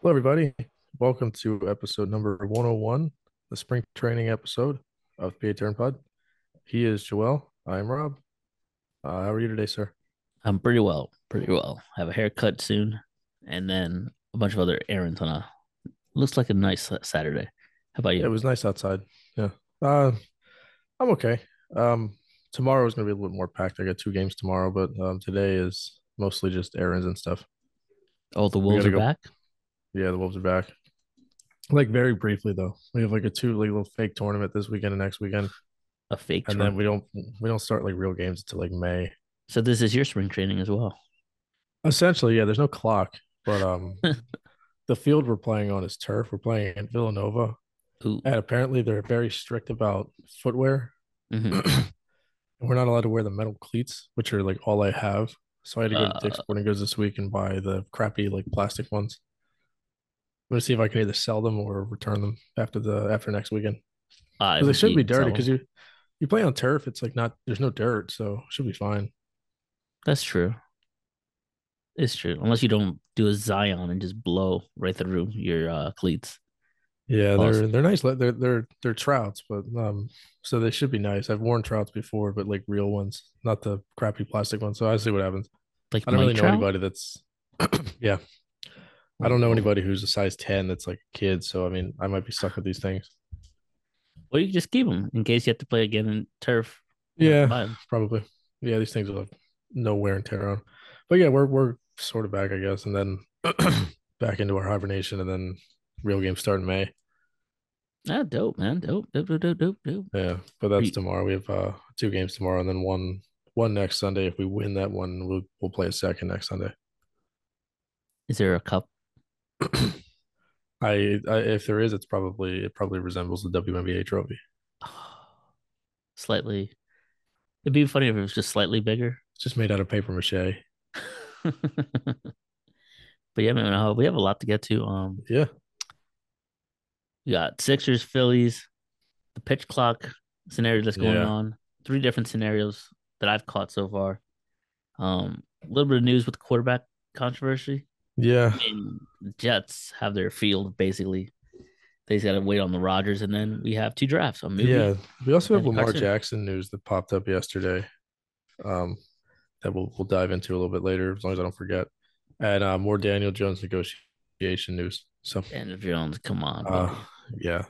Hello, everybody. Welcome to episode number 101, the spring training episode of PA Turn Pod. He is Joel. I am Rob. Uh, how are you today, sir? I'm pretty well, pretty well. Have a haircut soon, and then a bunch of other errands on a looks like a nice Sa- Saturday. How about Yeah, it you? was nice outside. Yeah. Uh, I'm okay. Um, tomorrow is going to be a little bit more packed. I got two games tomorrow, but um, today is mostly just errands and stuff. Oh, the we wolves gotta are go. back. Yeah, the Wolves are back. Like very briefly though, we have like a two like little fake tournament this weekend and next weekend, A fake. and tour. then we don't we don't start like real games until like May. so this is your spring training as well. Essentially, yeah. There's no clock, but um, the field we're playing on is turf. We're playing at Villanova, Ooh. and apparently they're very strict about footwear. mhm. and we're not allowed to wear the metal cleats, which are like all I have. So I had to go to Uh. Dick's Sporting Goods this week and buy the crappy like plastic ones. I'm gonna see if I can either sell them or return them after the after next weekend. I 'Cause would they should be sell dirty because them. you you play on turf. It's like not there's no dirt, so it should be fine. that's true. It's true. Unless you don't do a Zion and just blow right through your uh, cleats. Yeah, they're Awesome. they're nice. like, They're they're they're trouts, but um, so they should be nice. I've worn trouts before, but like real ones, not the crappy plastic ones. So I see what happens. Like I don't Mike really know Trout? anybody that's yeah. I don't know Ooh. anybody who's a size ten that's like a kid. So I mean, I might be stuck with these things. Well, you can just keep them in case you have to play again in turf. You Yeah, have to buy 'em. probably. Yeah, these things will have no wear and tear on. But yeah, we're we're sort of back, I guess, and then back into our hibernation, and then real games start in May. Ah, dope, man. Dope, dope, dope, dope, dope, dope. Yeah, but that's Ye- tomorrow. We have uh two games tomorrow, and then one one next Sunday. If we win that one, we'll we'll play a second next Sunday. Is there a cup? I, I if there is, it's probably it probably resembles the WNBA trophy. slightly. It'd be funny if it was just slightly bigger. It's just made out of paper mache. but yeah, man, uh, we have a lot to get to. Um, Yeah, we got Sixers, Phillies, the pitch clock scenario that's going Yeah. on. Three different scenarios that I've caught so far. Um, a little bit of news with the quarterback controversy. yeah. I mean, the Jets have their field basically. They got to wait on the Rodgers, and then we have two drafts. A movie. Yeah, we also have Magic Lamar Johnson. Jackson news that popped up yesterday, um, that we'll we'll dive into a little bit later, as long as I don't forget, and uh, more Daniel Jones negotiation news. So, Daniel Jones, come on. uh, buddy. yeah,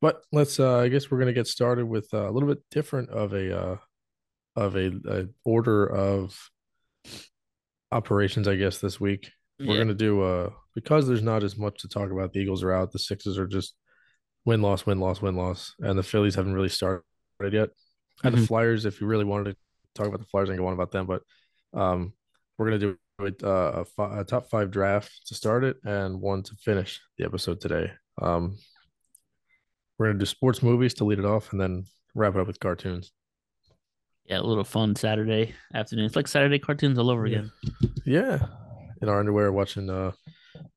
but let's. Uh, I guess we're gonna get started with uh, a little bit different of a uh, of a, a order of operations, I guess, this week we're Yeah. gonna do uh because there's not as much to talk about. The Eagles are out. The Sixes are just win loss win loss win loss, and the Phillies haven't really started yet. And the Mhm. Flyers, if you really wanted to talk about the Flyers, I can go on about them, but um, we're gonna do it, uh, a, fi- a top five draft to start it and one to finish the episode today. Um, we're gonna do sports movies to lead it off, and then wrap it up with cartoons. Yeah, a little fun Saturday afternoon. It's like Saturday cartoons all over Yeah. again. Yeah, in our underwear, watching uh,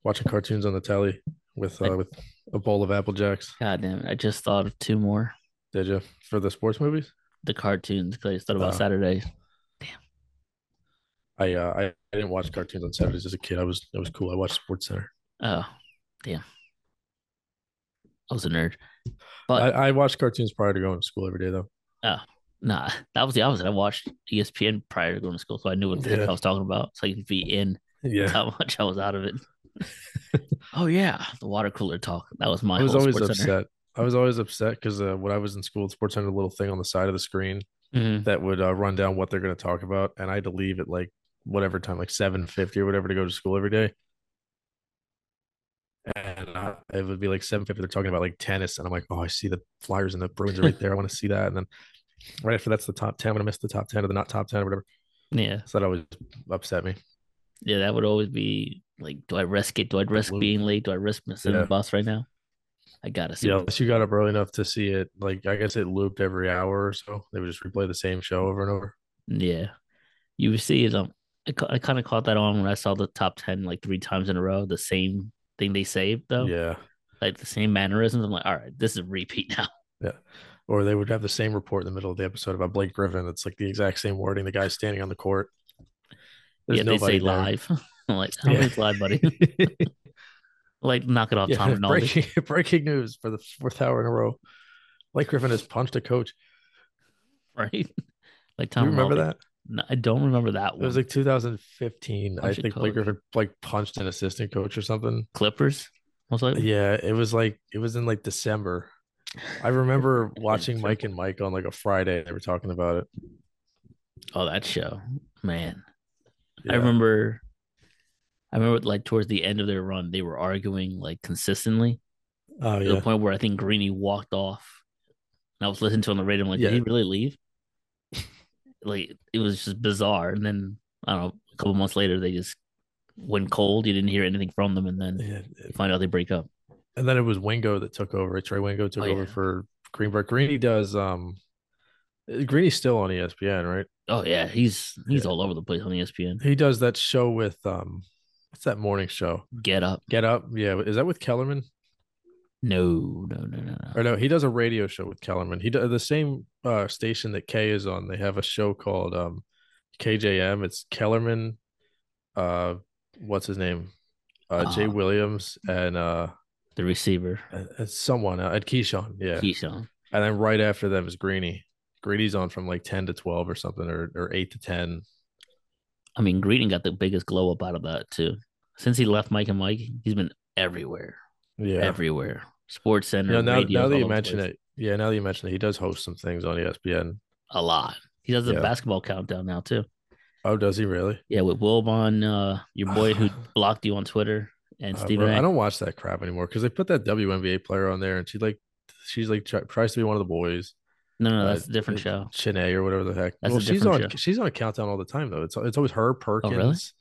watching cartoons on the telly with uh, with a bowl of apple jacks. God damn it. I just thought of two more. Did you for the sports movies? The cartoons, because I just thought about Oh. Saturday. I uh, I, I didn't watch cartoons on Saturdays as a kid. I was it was cool. I watched Sports Center. Oh, damn. I was a nerd. But I, I watched cartoons prior to going to school every day though. nah, that was the opposite. I watched E ESPN prior to going to school, so I knew what the Yeah. heck I was talking about. So I could be in Yeah, how much I was out of it. oh, yeah. The water cooler talk. That was my I was whole always Sports upset. Center. I was always upset because uh, when I was in school, Sports Center had a little thing on the side of the screen Mhm. that would uh, run down what they're going to talk about, and I had to leave at like whatever time, like seven fifty or whatever, to go to school every day. And I, it would be like seven fifty. They're talking about like tennis, and I'm like, oh, I see the Flyers and the Bruins are right there. I want to see that. And then right after that's the top ten. I'm gonna miss the top ten or the not top ten or whatever. Yeah. So that always upset me. Yeah. That would always be like, do I risk it? Do I risk Loop. being late? Do I risk missing Yeah. the bus right now? I got to see. Yeah, unless you got up early enough to see it, like I guess it looped every hour or so. They would just replay the same show over and over. Yeah, you would see it. Um, I, ca- I kind of caught that on when I saw the top ten like three times in a row. The same thing they saved though, Yeah, like the same mannerisms. I'm like, all right, this is a repeat now. or they would have the same report in the middle of the episode about Blake Griffin. It's like the exact same wording. The guy's standing on the court. There's yeah, they nobody say there. live. I'm like, how Yeah. many live, buddy? Like, knock it off, Tom Yeah, Rinaldi. breaking, breaking news for the fourth hour in a row. Blake Griffin has punched a coach. Right? Like Do you Tom. remember Rinaldi. that? No, I don't remember that It one. was like 2015. I Punch a think Blake coach. Griffin like punched an assistant coach or something. Clippers, most likely. Yeah, it was like it was in like December. I remember watching Mike and Mike on like a Friday. and They were talking about it. Oh, that show, man. I Yeah. remember I remember like towards the end of their run, they were arguing like consistently Oh to yeah. the point where I think Greeny walked off. And I was listening to it on the radio, I'm like, Yeah. did he really leave? like it was just bizarre. And then I don't know, a couple months later they just went cold. You didn't hear anything from them, and then Yeah. you find out they break up. And then it was Wingo that took over. Trey Wingo took Oh, over yeah. for Greenberg. Greeny does um Greeny's still on E ESPN, right? Oh yeah, he's he's Yeah. all over the E place on ESPN. He does that show with um what's that morning show? Get up. Get up. Yeah. Is that with Kellerman? No, no, no, no, no. Or no, he does a radio show with Kellerman. He does the same uh station that Kay is on. They have a show called um KJM. It's Kellerman, uh what's his name? Uh, Jay Uh, Williams and uh The receiver. and- and someone uh, at Keyshawn, yeah. Keyshawn. And then right after them is Greeny. Greeny's on from like 10 to 12 or something, or, or 8 to 10. I mean, Green got the biggest glow up out of that too. Since he left Mike and Mike, he's been everywhere, Yeah. everywhere. Sports you Center. know, now, radio, now that all you over the mention place. it, yeah, now that you mention it, he does host some things on E ESPN. a lot. He does the Yeah. basketball countdown now too. Oh, does he really? Yeah, with Wilbon, uh, your boy who blocked you on Twitter, and Uh, Stephen. bro, A. I don't watch that crap anymore because they put that WNBA player on there and she like, she's like, try, tries to be one of the boys, no, no, uh, that's a different it- show. Chine or whatever the heck. That's a well, she's on, different show. she's on a countdown all the time though. It's, it's always her Perkins.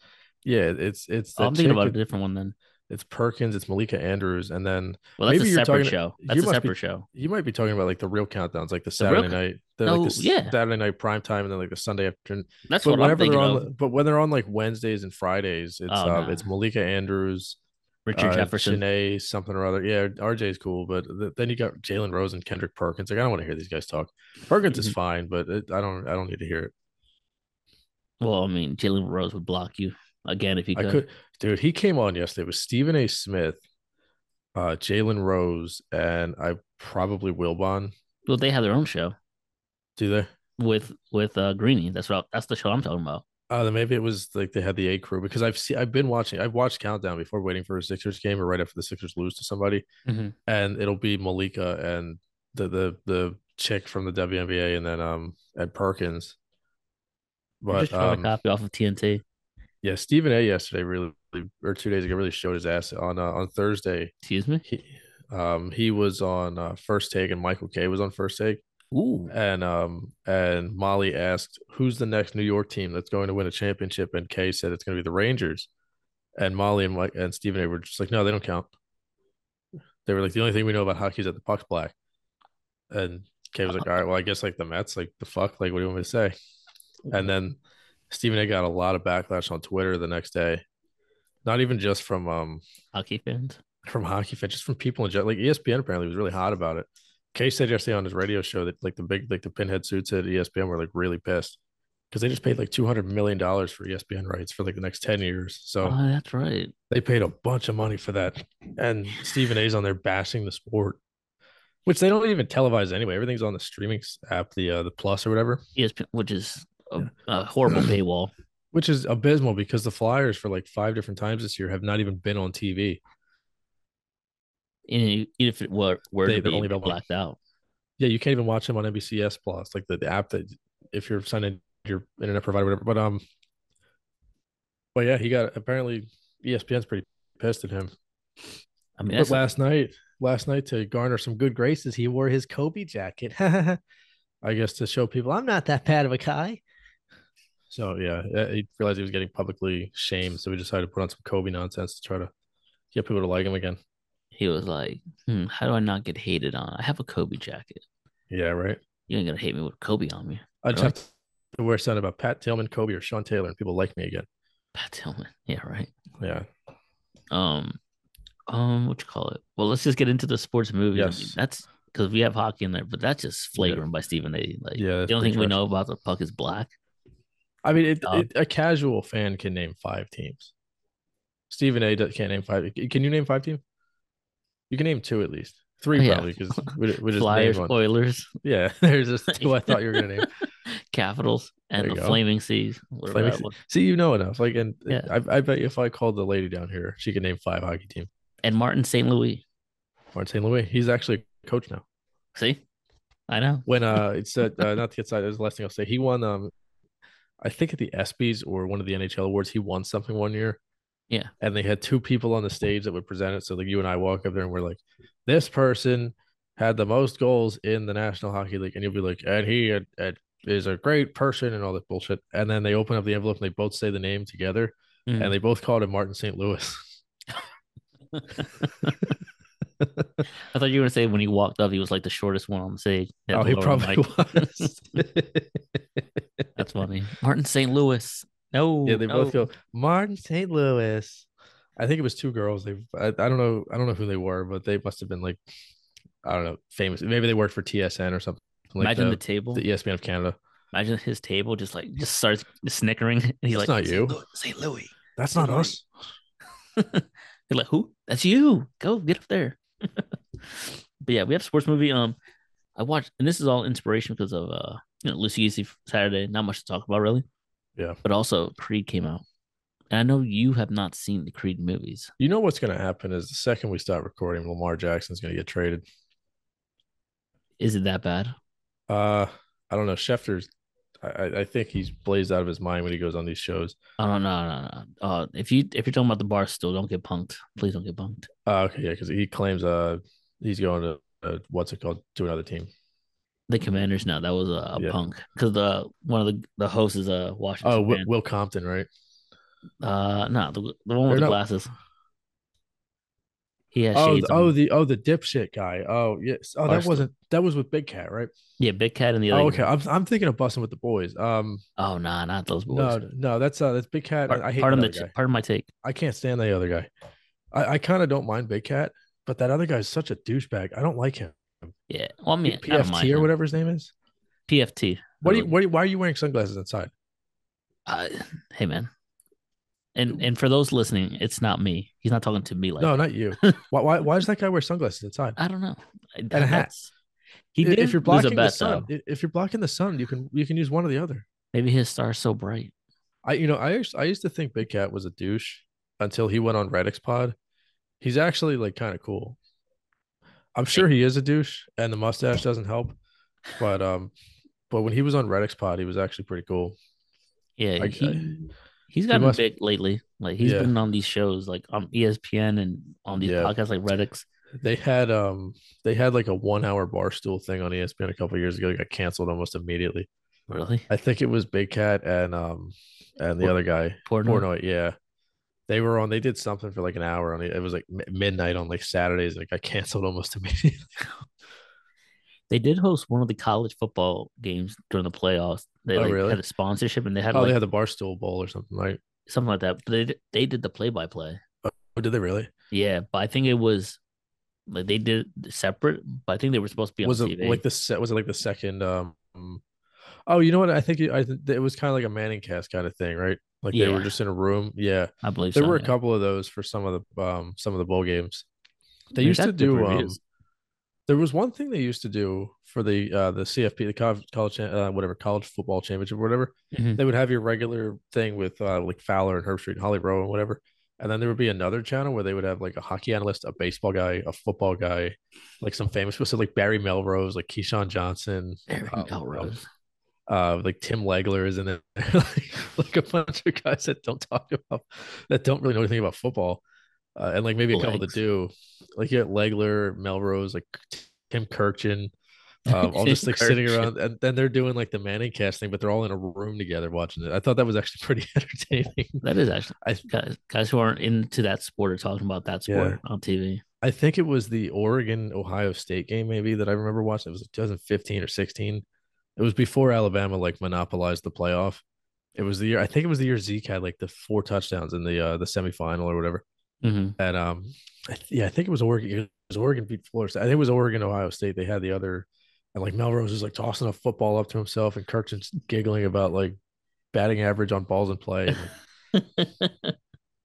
Yeah. It's, it's, Oh, that I'm thinking chick about a with- different one then. it's Perkins, it's Malika Andrews, and then Well, that's Maybe a you're separate talking- show. you That's a must be- separate show. You might be talking about like the real countdowns, like the The real Saturday cou- night, they're like No, the s- yeah. Saturday night prime time, and then like the Sunday afternoon. That's but what I'm whenever thinking they're on, of. but when they're on like Wednesdays and Fridays, it's Oh, uh, nah. it's Malika Andrews, Richard uh, Jefferson. Shanae, something or other. Yeah, RJ's cool, but th- then you got Jalen Rose and Kendrick Perkins. Like I don't want to hear these guys talk. Perkins is Mhm. fine, but it, I don't I don't need to hear it. Well, I mean, Jalen Rose would block you again if he I could. could, dude. He came on yesterday with Stephen A. Smith, uh, Jalen Rose, and I probably Wilbon. Well, they have their own show Do they? with with uh, Greeny. That's what I, that's the show I'm talking about. Uh, then maybe it was like they had the A crew because I've seen I've been watching I've watched countdown before waiting for a Sixers game or right after the Sixers lose to somebody Mhm. and it'll be Malika and the the the chick from the WNBA and then um Ed Perkins. I'm But just trying to um, copy off of TNT. yeah, Stephen A. yesterday really or two days ago really showed his ass on uh, on Thursday. Excuse me. He um he was on uh, first take and Michael K was on first take Ooh, and um and Molly asked who's the next New York team that's going to win a championship and Kay said it's going to be the Rangers and Molly and Mike and Stephen A were just like no they don't count they were like the only thing we know about hockey is that the puck's black and Kay was like all right well I guess like the Mets like the fuck like what do you want me to say and then Stephen A got a lot of backlash on Twitter the next day not even just from um hockey fans. from hockey fans, just from people in general. Like E ESPN apparently was really hot about it. Kay said yesterday on his radio show that like the big like the pinhead suits at E ESPN were like really pissed because they just paid like two hundred million dollars for E ESPN rights for like the next ten years. So Oh, that's right. they paid a bunch of money for that, and Stephen A's on there bashing the sport, which they don't even televise anyway. Everything's on the streaming s- app, the uh, the Plus or whatever, ESPN, which is a, a horrible paywall. which is abysmal because the Flyers for like five different times this year have not even been on TV. And you- even if it were, were They- to they're be only available- blacked out, Yeah, you can't even watch them on NBCS Plus, like the, the app that if you're signed in your internet provider, whatever. But um, but yeah, he got apparently E ESPN's pretty pissed at him. I mean, But that's a- last night, last night to garner some good graces, he wore his Kobe jacket. I guess to show people I'm not that bad of a guy. So yeah, uh, he realized he was getting publicly shamed, so he decided to put on some Kobe nonsense to try to get people to like him again. he was like, hmm, "How do I not get hated on? I have a Kobe jacket. Yeah, right. You ain't gonna hate me with Kobe on me." I just Really? have to wear something about Pat Tillman, Kobe, or Sean Taylor, and people like me again. Pat Tillman. Yeah, right. Yeah. Um, um, what you call it? Well, let's just get into the sports movies. I mean, Yes. that's because we have hockey in there, but that's just flagrant by Stephen A. Like, Yeah, that's the only pretty thing we trash. know about the puck is black. I mean, it, Um, it, a casual fan can name five teams. Stephen A. do- can't name five. Can you name five teams? You can name two at least. Oh, Three yeah. probably because we, we just named Flyers, one. Oilers, Yeah, there's just two I thought you were gonna name. Capitals, and There the you go. Flaming Seas. Whatever Flaming that Sea- was. See, you know enough. Like, and Yeah. I, I bet you if I called the lady down here, she could name five hockey teams. And Martin St. Louis. Martin Louis, he's actually a coach now. See, I know. When uh, it's uh, uh, not to get side. It was the last thing I'll say. He won um, I think at the ESPYS or one of the NHL awards, he won something one year. Yeah. and they had two people on the stage that would present it. So like you and I walk up there and we're like, this person had the most goals in the National Hockey League, and you'll be like, and he had, had- is a great person and all that bullshit. And then they open up the envelope and they both say the name together. Mm. and they both called him Martin St. Louis. I thought you were gonna say when he walked up, he was like the shortest one on the stage. Had oh, the he lower probably mic. was. That's funny. Martin St. Louis. No. yeah, they no. both go Martin St. Louis. I think it was two girls. They, I, I don't know, I don't know who they were, but they must have been like, I don't know, famous. Maybe they worked for TSN or something. Like Imagine the the, table. the E ESPN of Canada. Imagine his table just like just starts snickering. And he's That's like, not you. St. Louis. That's not us. They're like, who? That's you. Go get up there. but yeah, we have a sports movie. Um, I watched, and this is all inspiration because of uh, you know, Lucy Easy Saturday. Not much to talk about really. Yeah. But also Creed came out, and I know you have not seen the Creed movies. You know what's going to happen is the second we stop recording, Lamar Jackson's going to get traded. Is it that bad? Uh, I don't know. Schefter's, I, I- I think he's blazed out of his mind when he goes on these shows. I don't know. No, no, no. Uh, if you if you're talking about the bar, still don't get punked. Please don't get punked. Uh, okay, yeah, because he claims uh he's going to uh, what's it called to another team. The Commanders. No, that was a, a Mm-hmm. Yeah. punk because the one of the the hosts is a Washington. Oh, Will, fan. Will Compton, right? uh, no, the, the one with Or the no. glasses. He has Oh, shades. the, on. oh, the oh the dipshit guy. Oh yes. Oh, that Barstool. wasn't that was with Big Cat, right? Yeah, Big Cat and the other. Oh, okay. I'm I'm thinking of busting with the boys. Um, Oh nah, not those boys. no, no, that's uh that's Big Cat. part, I hate part of that the other guy. part of my take. I can't stand the other guy. I, I kind of don't mind Big Cat, but that other guy is such a douchebag. I don't like him. Yeah. Well, I mean, I don't mind PFT or him. whatever his name is. PFT. What do you? Really. What do you- why are you wearing sunglasses inside? Uh, hey man. And and for those listening, it's not me. He's not talking to me like. No, not you. why, why? Why does that guy wear sunglasses inside? I don't know. And a hat. He I- did if you're lose a blocking bet the sun, though. i- if you're blocking the sun, you can you can use one or the other. Maybe his star's so bright. I you know I used, I used to think Big Cat was a douche until he went on Reddick's pod. He's actually like kind of cool. I'm sure he is a douche, and the mustache doesn't help. But um, but when he was on Reddick's pod, he was actually pretty cool. Yeah, I- he, I- he's gotten uh, must- big lately. Like he's Yeah. been on these shows, like on E ESPN and on these Yeah. podcasts, like Reddicks. They had um they had like a one hour bar stool thing on E ESPN a couple years ago. It got canceled almost immediately. Really, I think it was Big Cat and um and the Por- other guy. porno. Portnoy, yeah. They were on. They did something for like an hour on it. It was like mi- midnight on like Saturdays. Like I canceled almost immediately. They did host one of the college football games during the playoffs. They Oh, like, really? had a sponsorship and they had oh, like they had the Barstool Bowl or something, right? something like that. But they did- they did the play by play. Oh, did they really? Yeah, but I think it was like they did it separate. But I think they were supposed to be on Was it TV. like the set? Was it like the second? Um. Oh, you know what? I think it, I th- it was kind of like a Manning cast kind of thing, right? Like they were Yeah. just in a room. Yeah, I believe there so, were a yeah. couple of those for some of the um some of the bowl games. They They used got to good do um, reviews. There was one thing they used to do for the uh the CFP, the college, college cha- uh, whatever college football championship, or whatever. Mhm. they would have your regular thing with uh, like Fowler and Herb Street and Holly Rowe and whatever. And then there would be another channel where they would have like a hockey analyst, a baseball guy, a football guy, like some famous people. So like Barry Melrose, like Keyshawn Johnson, Aaron um, Melrose. uh, like Tim Legler is in it, like, like a bunch of guys that don't talk about that don't really know anything about football, uh, and like maybe a couple that Legs. do. Like you got Legler, Melrose, like Tim Kirchin, um, all Tim just like sitting Kirchin. around, and then they're doing like the Manning cast thing, but they're all in a room together watching it. I thought that was actually pretty entertaining. That is actually I- guys, guys who aren't into that sport are talking about that Yeah. sport on TV. I think it was the Oregon Ohio State game maybe that I remember watching. It was like 2015 or 16. It was before Alabama like monopolized the playoff. It was the year I think it was the year Zeke had like the four touchdowns in the uh, the semifinal or whatever. hmm And um, I th- yeah, I think it was Oregon. It was Oregon beat Florida. State. I think it was Oregon Ohio State. They had the other, and like Melrose was like tossing a football up to himself, and Kirchin's giggling about like batting average on balls in play. and, like,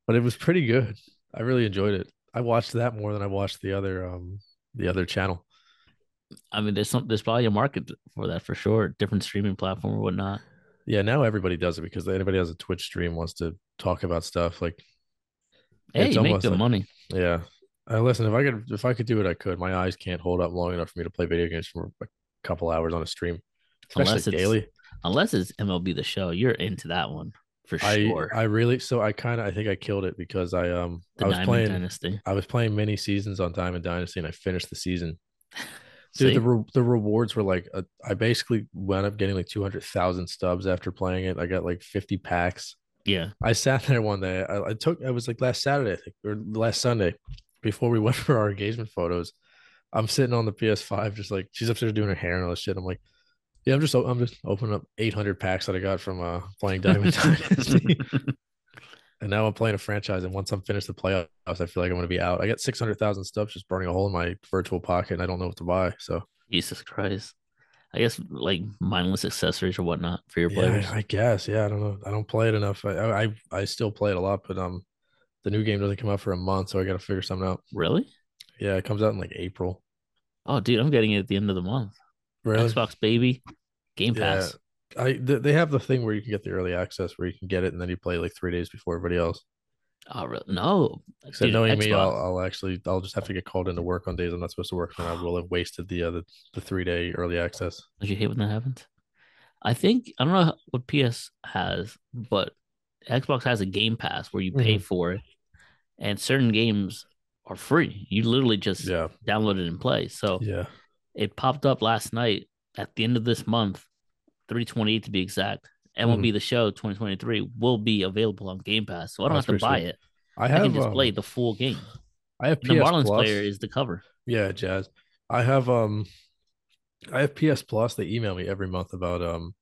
but it was pretty good. I really enjoyed it. I watched that more than I watched the other um the other channel. I mean, there's some there's probably a market for that for sure. Different streaming platform or whatnot. Yeah, now everybody does it because anybody has a Twitch stream wants to talk about stuff like Hey, It's you make almost the like- money. yeah. I Uh, listen, if I could if I could do it, I could. My eyes can't hold up long enough for me to play video games for a couple hours on a stream. Especially Unless it's- daily. Unless it's MLB the show, you're into that one for I sure. I really so I kinda I think I killed it because I um the I was Diamond playing Dynasty. I was playing many seasons on Diamond Dynasty and I finished the season. See? Dude, the re- the rewards were like uh, I basically wound up getting like two hundred thousand stubs after playing it. I got like fifty packs. yeah. I sat there one day. I, I took. I was like last Saturday I think, or last Sunday, before we went for our engagement photos. I'm sitting on the PS5, just like she's upstairs doing her hair and all this shit. I'm like, yeah, I'm just o- I'm just opening up 800 packs that I got from uh playing Diamond Dynasty, and now I'm playing a franchise. And once I'm finished the playoffs, I feel like I'm gonna be out. I got 600,000 stuff just burning a hole in my virtual pocket, and I don't know what to buy. So Jesus Christ. I guess like mindless accessories or whatnot for your players. yeah, I guess yeah. I don't know. I don't play it enough. I I I- I still play it a lot, but um, the new game doesn't come out for a month, so I got to figure something out. Really? Yeah, it comes out in like April. Oh, dude, I'm getting it at the end of the month. Really? Xbox baby, Game Yeah. Pass. I th- they have the thing where you can get the early access where you can get it and then you play like three days before everybody else. Oh, really? no. So Dude, knowing me, I'll, Xbox. I'll actually I'll just have to get called into work on days I'm not supposed to work, and I will have wasted the uh, the, the three day early access. Don't you hate when that happens? I think I don't know what PS has, but Xbox has a Game Pass where you pay Mm-hmm. for it, and certain games are free. You literally just Yeah, download it and play. So yeah. it popped up last night at the end of this month, three twenty eight to be exact. MLB Mm-hmm. the Show twenty twenty three will be available on Game Pass, so I don't That's have to pretty buy sweet. it. I I, have can just um, play the full game. I have PS The Marlins Plus. player is the cover. yeah, Jazz. I have um, I have PS Plus. They email me every month about um,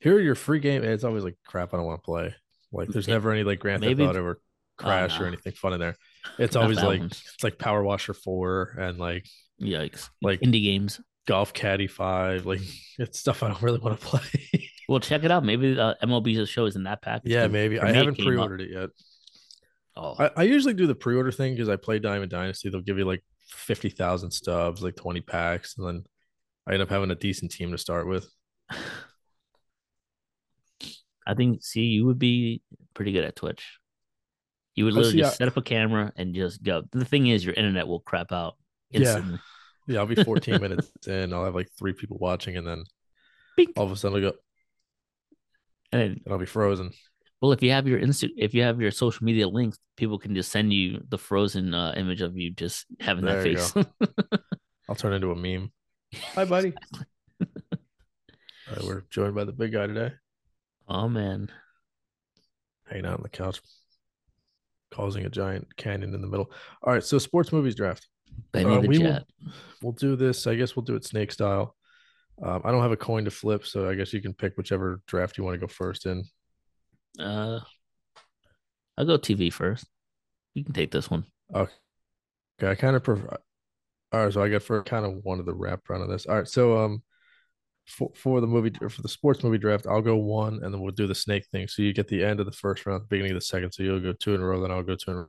here are your free game. and It's always like crap. I don't want to play. Like there's May- never any like Grand Theft maybe- Oh, Auto or Crash or no. anything fun in there. It's Not always that like one's- it's like Power Washer Four and like yikes, like- indie games. Golf Caddy Five. Like it's stuff I don't really want to play. Well, check it out. Maybe uh, MLB the show is in that package. yeah, 'cause maybe for I me, it haven't came up. pre-ordered it yet. Oh, I, I usually do the pre-order thing because I play Diamond Dynasty. They'll give you like fifty thousand stubs, like twenty packs, and then I end up having a decent team to start with. I think. See, you would be pretty good at Twitch. You would I literally see, just I- set up a camera and just go. The thing is, your internet will crap out Yeah. instantly. Yeah, I'll be fourteen minutes in. I'll have like three people watching, and then Bing. all of a sudden I'll go And then, and I'll be frozen. well, if you have your Insta, if you have your social media links, people can just send you the frozen uh, image of you just having that There you face. I'll turn into a meme. Hi, buddy. All right, we're joined by the big guy today, oh man, hanging out on the couch, causing a giant canyon in the middle. All right, so sports movies draft. Benny Uh, the we will- Jet. we'll do this. I guess we'll do it snake style. Um, I don't have a coin to flip, so I guess you can pick whichever draft you want to go first in. Uh, I'll go TV first. You can take this one. Okay, I kind of prefer. All right, so I got for kind of wanted the wraparound of this. All right, so um, for for the movie or for the sports movie draft, I'll go one, and then we'll do the snake thing. So you get the end of the first round, beginning of the second. So you'll go two in a row, then I'll go two in a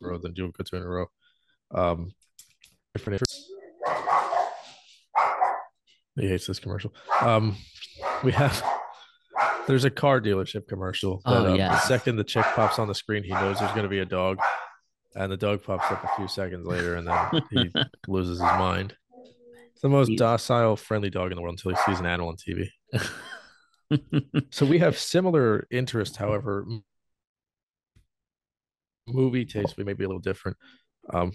row, then you'll go two in a row. Um, different interests. He hates this commercial. Um, we have. There's a car dealership commercial. That, Oh, um, yeah. The second the chick pops on the screen, he knows there's going to be a dog, and the dog pops up a few seconds later, and then he loses his mind. It's the most He's- docile, friendly dog in the world until he sees an animal on TV. So we have similar interests, however, m- movie taste we may be a little different. Um,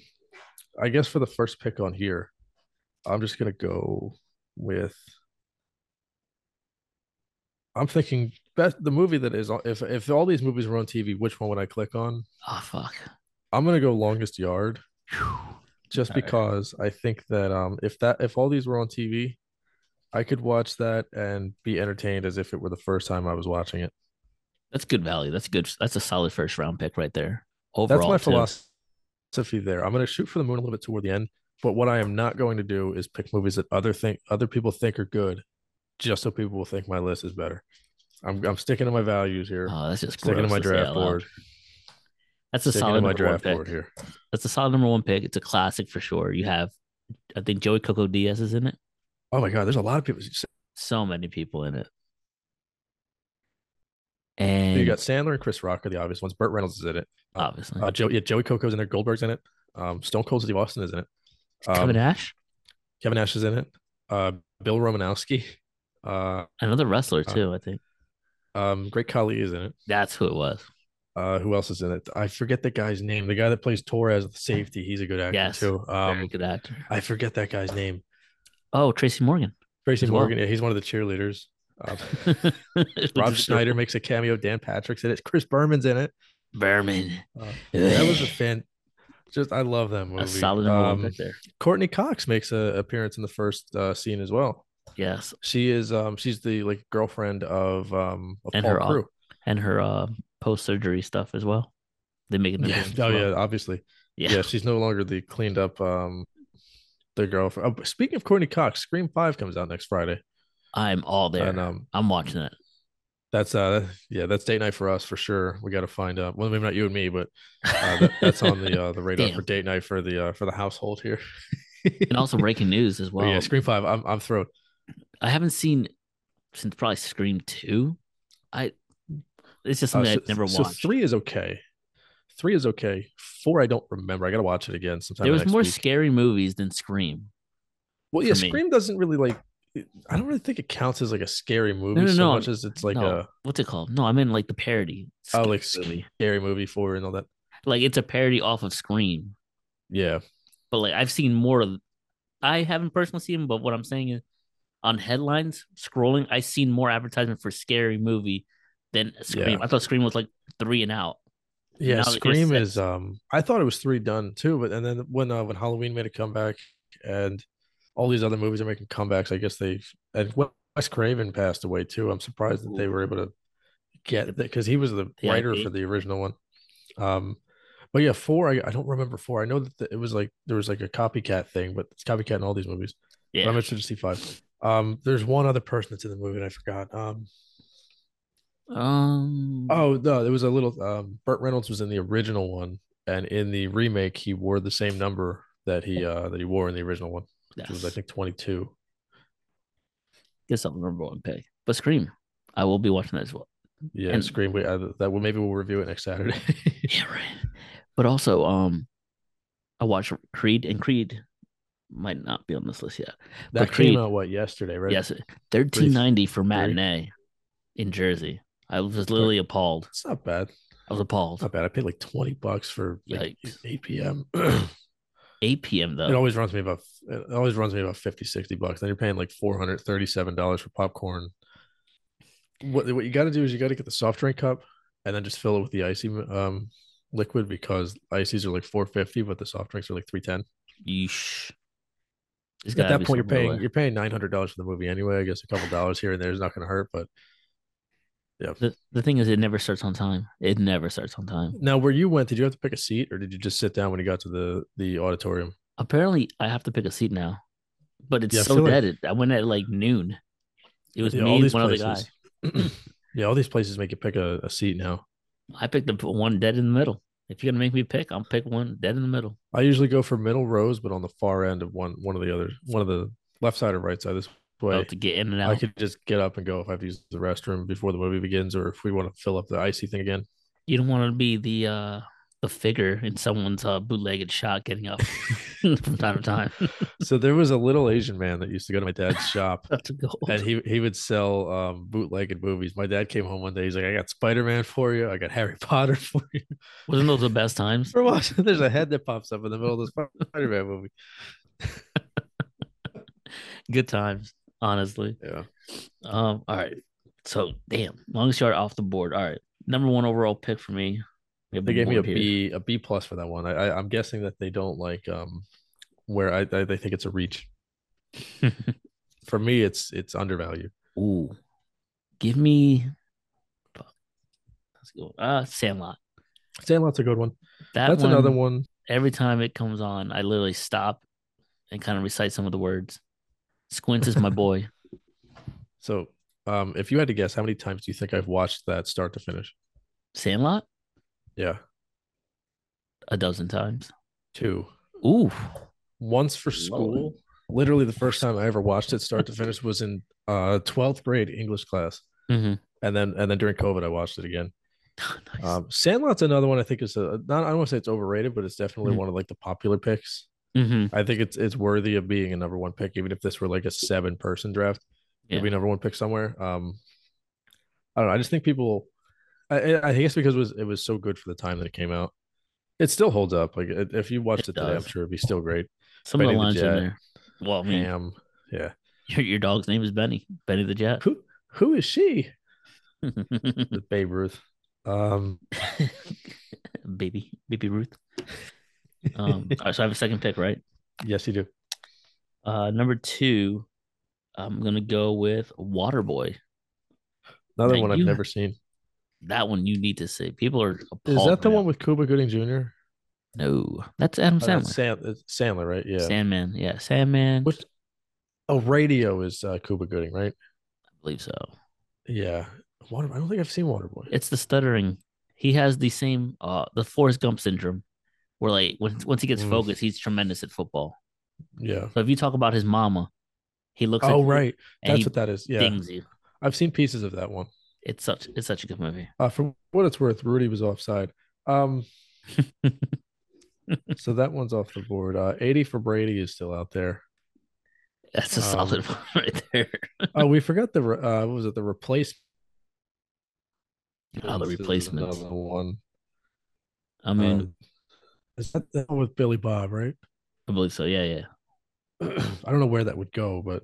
I guess for the first pick on here, I'm just gonna go with. I'm thinking best the movie that is on. If if all these movies were on TV, which one would I click on? oh fuck. I'm gonna go Longest Yard Phew. just Alright. because I think that um if that if all these were on TV, I could watch that and be entertained as if it were the first time I was watching it. That's good value. That's good. That's a solid first round pick right there. Overall, That's my too. philosophy there. I'm going to shoot for the moon a little bit toward the end, but what I am not going to do is pick movies that other think other people think are good, just so people will think my list is better. I'm I'm sticking to my values here. Oh, that's just sticking to gross my to say out draft loud. board. That's a Taking solid my number one draft pick. board here. That's a solid number one pick. It's a classic for sure. You have, I think Joey Coco Diaz is in it. Oh my god, there's a lot of people. So many people in it. So And you got Sandler and Chris Rock are the obvious ones. Burt Reynolds is in it. obviously Uh, Joe, yeah, Joey Coco's in there. Goldberg's in it. Um, Stone Cold Steve Austin is in it. Um, Kevin Nash, Kevin Nash is in it. Uh, Bill Romanowski. Uh, another wrestler uh, too. I think um, Great Khali is in it. that's who it was. Uh, who else is in it? I forget the guy's name. The guy that plays Torres, the safety. He's a good actor Yes. too. Very Um, good actor. I forget that guy's name. Oh, Tracy Morgan. Tracy As well. Morgan. Yeah, he's one of the cheerleaders. Um, Rob Rob Schneider makes a cameo. Dan Patrick's in it. Chris Berman's in it. Berman. Uh, that was a fan. Just I love that movie. a solid number Um, one pick there. Courtney Cox makes an appearance in the first uh, scene as well. Yes, She is um she's the like girlfriend of um of And Paul her au- Crew. and her uh, post surgery stuff as well. They make it. Yeah. Oh yeah, obviously. Yeah. yeah, she's no longer the cleaned up um the girlfriend. Oh, speaking of Courtney Cox, Scream Five comes out next Friday, I'm all there. and um I'm watching it. that's uh yeah that's date night for us for sure. We got to find out. Well, maybe not you and me, but uh, that, that's on the uh, the radar Damn. for date night for the uh, for the household here. and also breaking news as But well. yeah, Scream Five. I'm I'm thrilled. I haven't seen since probably Scream Two. I it's just Uh, something I've never so watched. three is okay. Three is okay. Four, I don't remember. I gotta watch it again sometime. there was next more week. scary movies than Scream. Well, yeah, for me. Scream doesn't really like. it- I don't really think it counts as like a scary movie no, so no, much as it's like no, a what's it called? No, I mean like the parody. oh Scary like sc- movie. scary movie for and all that. Like it's a parody off of Scream, Yeah, but like I've seen more of. I haven't personally seen, 'em, but what I'm saying is, on headlines scrolling, I seen more advertisement for scary movie than Scream. I thought Scream was like three and out. yeah. Now that you're Scream sick. is. Um, I thought it was three done too, but and then when uh, when Halloween made a comeback and all these other movies are making comebacks, I guess they and Wes Craven passed away too. I'm surprised that they were able to get that because he was the The writer IP. for the original one. Um, but yeah, four. I, I don't remember four. I know that the- it was like there was like a copycat thing, but it's copycat in all these movies. But I'm Yeah, interested to see five. Um, there's one other person that's in the movie and I forgot. Um, um, oh no, there was a little. Um, Burt Reynolds was in the original one, and in the remake, he wore the same number that he uh that he wore in the original one, which was I yes. think 22. Guess I'll number one pick. But Scream, I will be watching that as well. Yeah, And- Scream. We, uh, that well, maybe we'll review it next Saturday. Yeah, right. But also, um, I watched Creed, and Creed might not be on this list yet. that Creed- came out what yesterday, right? Yes, thirteen ninety for matinee in Jersey. I was literally appalled. it's not bad. I was appalled. Not bad. I paid like 20 bucks for like Yikes. 8 p.m. it 8 p.m. though. always runs me about it always runs me about 50, 60 bucks. Then you're paying like 437 dollars for popcorn. What what you got to do is you got to get the soft drink cup and then just fill it with the icy um liquid because ices are like 450 but the soft drinks are like 310 Yeesh. There's at gotta that be point you're some other paying way. you're paying 900 dollars for the movie anyway i guess a couple dollars here and there is not going to hurt but The, the thing is, it never starts on time. It never starts on time. Now, where you went, did you have to pick a seat, or did you just sit down when you got to the the auditorium? Apparently, I have to pick a seat now, but it's Yeah, I so feel like- dead. It- I went at like noon. It was Yeah, me and one other guy. places. yeah, all these places make you pick a, a seat now. I picked the p- one dead in the middle. If you're gonna make me pick, I'll pick one dead in the middle. I usually go for middle rows, but on the far end of one one of the other one of the left side or right side. This Well, way, to get in and out. I could just get up and go if I have to use the restroom before the movie begins, or if we want to fill up the icy thing again. You don't want to be the uh the figure in someone's uh, bootlegged shot getting up from time to time. so there was a little Asian man that used to go to my dad's shop. That's a goal. And he he would sell um, bootlegged movies. My dad came home one day. He's like, "I got Spider Man for you. I got Harry Potter for you." Wasn't those the best times? We're watching. There's a head that pops up in the middle of the Spider-Man movie. Good times, honestly. Yeah. Um, all right. So damn, longest yard off the board. All right. Number one overall pick for me. We have They the gave me a board here. B, a B plus for that one. I, I, I'm guessing that they don't like um, where I, I they think it's a reach. For me, it's it's undervalued. Ooh. Give me fuck. Let's go. Uh Sandlot. Sandlot's a good one. That That's one, another one. every time it comes on, I literally stop and kind of recite some of the words. Squints is my boy. So, um, if you had to guess, how many times do you think I've watched that start to finish? Sandlot? Yeah, a dozen times. Two. Ooh, Once for school. Literally the first time I ever watched it start to finish was in uh 12th grade English class. hmm And then and then during COVID I watched it again. Mm-hmm. nice. Um Sandlot's another one I think is a not I don't want to say it's overrated, but it's definitely Mhm. one of like the popular picks. hmm I think it's it's worthy of being a number one pick, even if this were like a seven person draft. Yeah. It'd be a number one pick somewhere. Um, I don't know. I just think people. I I I guess because it was it was so good for the time that it came out, it still holds up. Like it, if you watched It it, today, I'm does. sure it'd be still great. Some of the Benny the lines in Jet. there. Well, I mean, Ham. Yeah. your, your dog's name is Benny, Benny the Jet. Who who is she? The Babe Ruth. Um. baby, baby Ruth. Um, all right, so I have a second pick, right? Yes, you do. Uh, number two, I'm gonna go with Waterboy. Another Now one I've you- never seen. That one you need to see. People are Is appalled that the right one with Cuba Gooding Jr.? now. No, that's Adam Oh, that's Sandler. Sand- it's Sandler, right? Yeah. Sandman, yeah, Sandman. Which- Oh, Radio is uh, Cuba Gooding, right? I believe so. Yeah. Water. I don't think I've seen Waterboy. It's the stuttering. He has the same, uh, the Forrest Gump syndrome, where like when, once he gets Mm. focused, he's tremendous at football. yeah. So if you talk about his mama, he looks. at Oh, you right. and That's he what that is. Yeah. dings you. I've seen pieces of that one. It's such, it's such a good movie. Uh, for what it's worth, Rudy was offside. Um, so that one's off the board. Uh, 80 for Brady is still out there. That's a Um, solid one right there. Oh, we forgot the, re- uh, what was it? The replacement. Oh, the replacements. one. I mean, Um, is that the one with Billy Bob, right? I believe so. Yeah, yeah. I don't know where that would go, but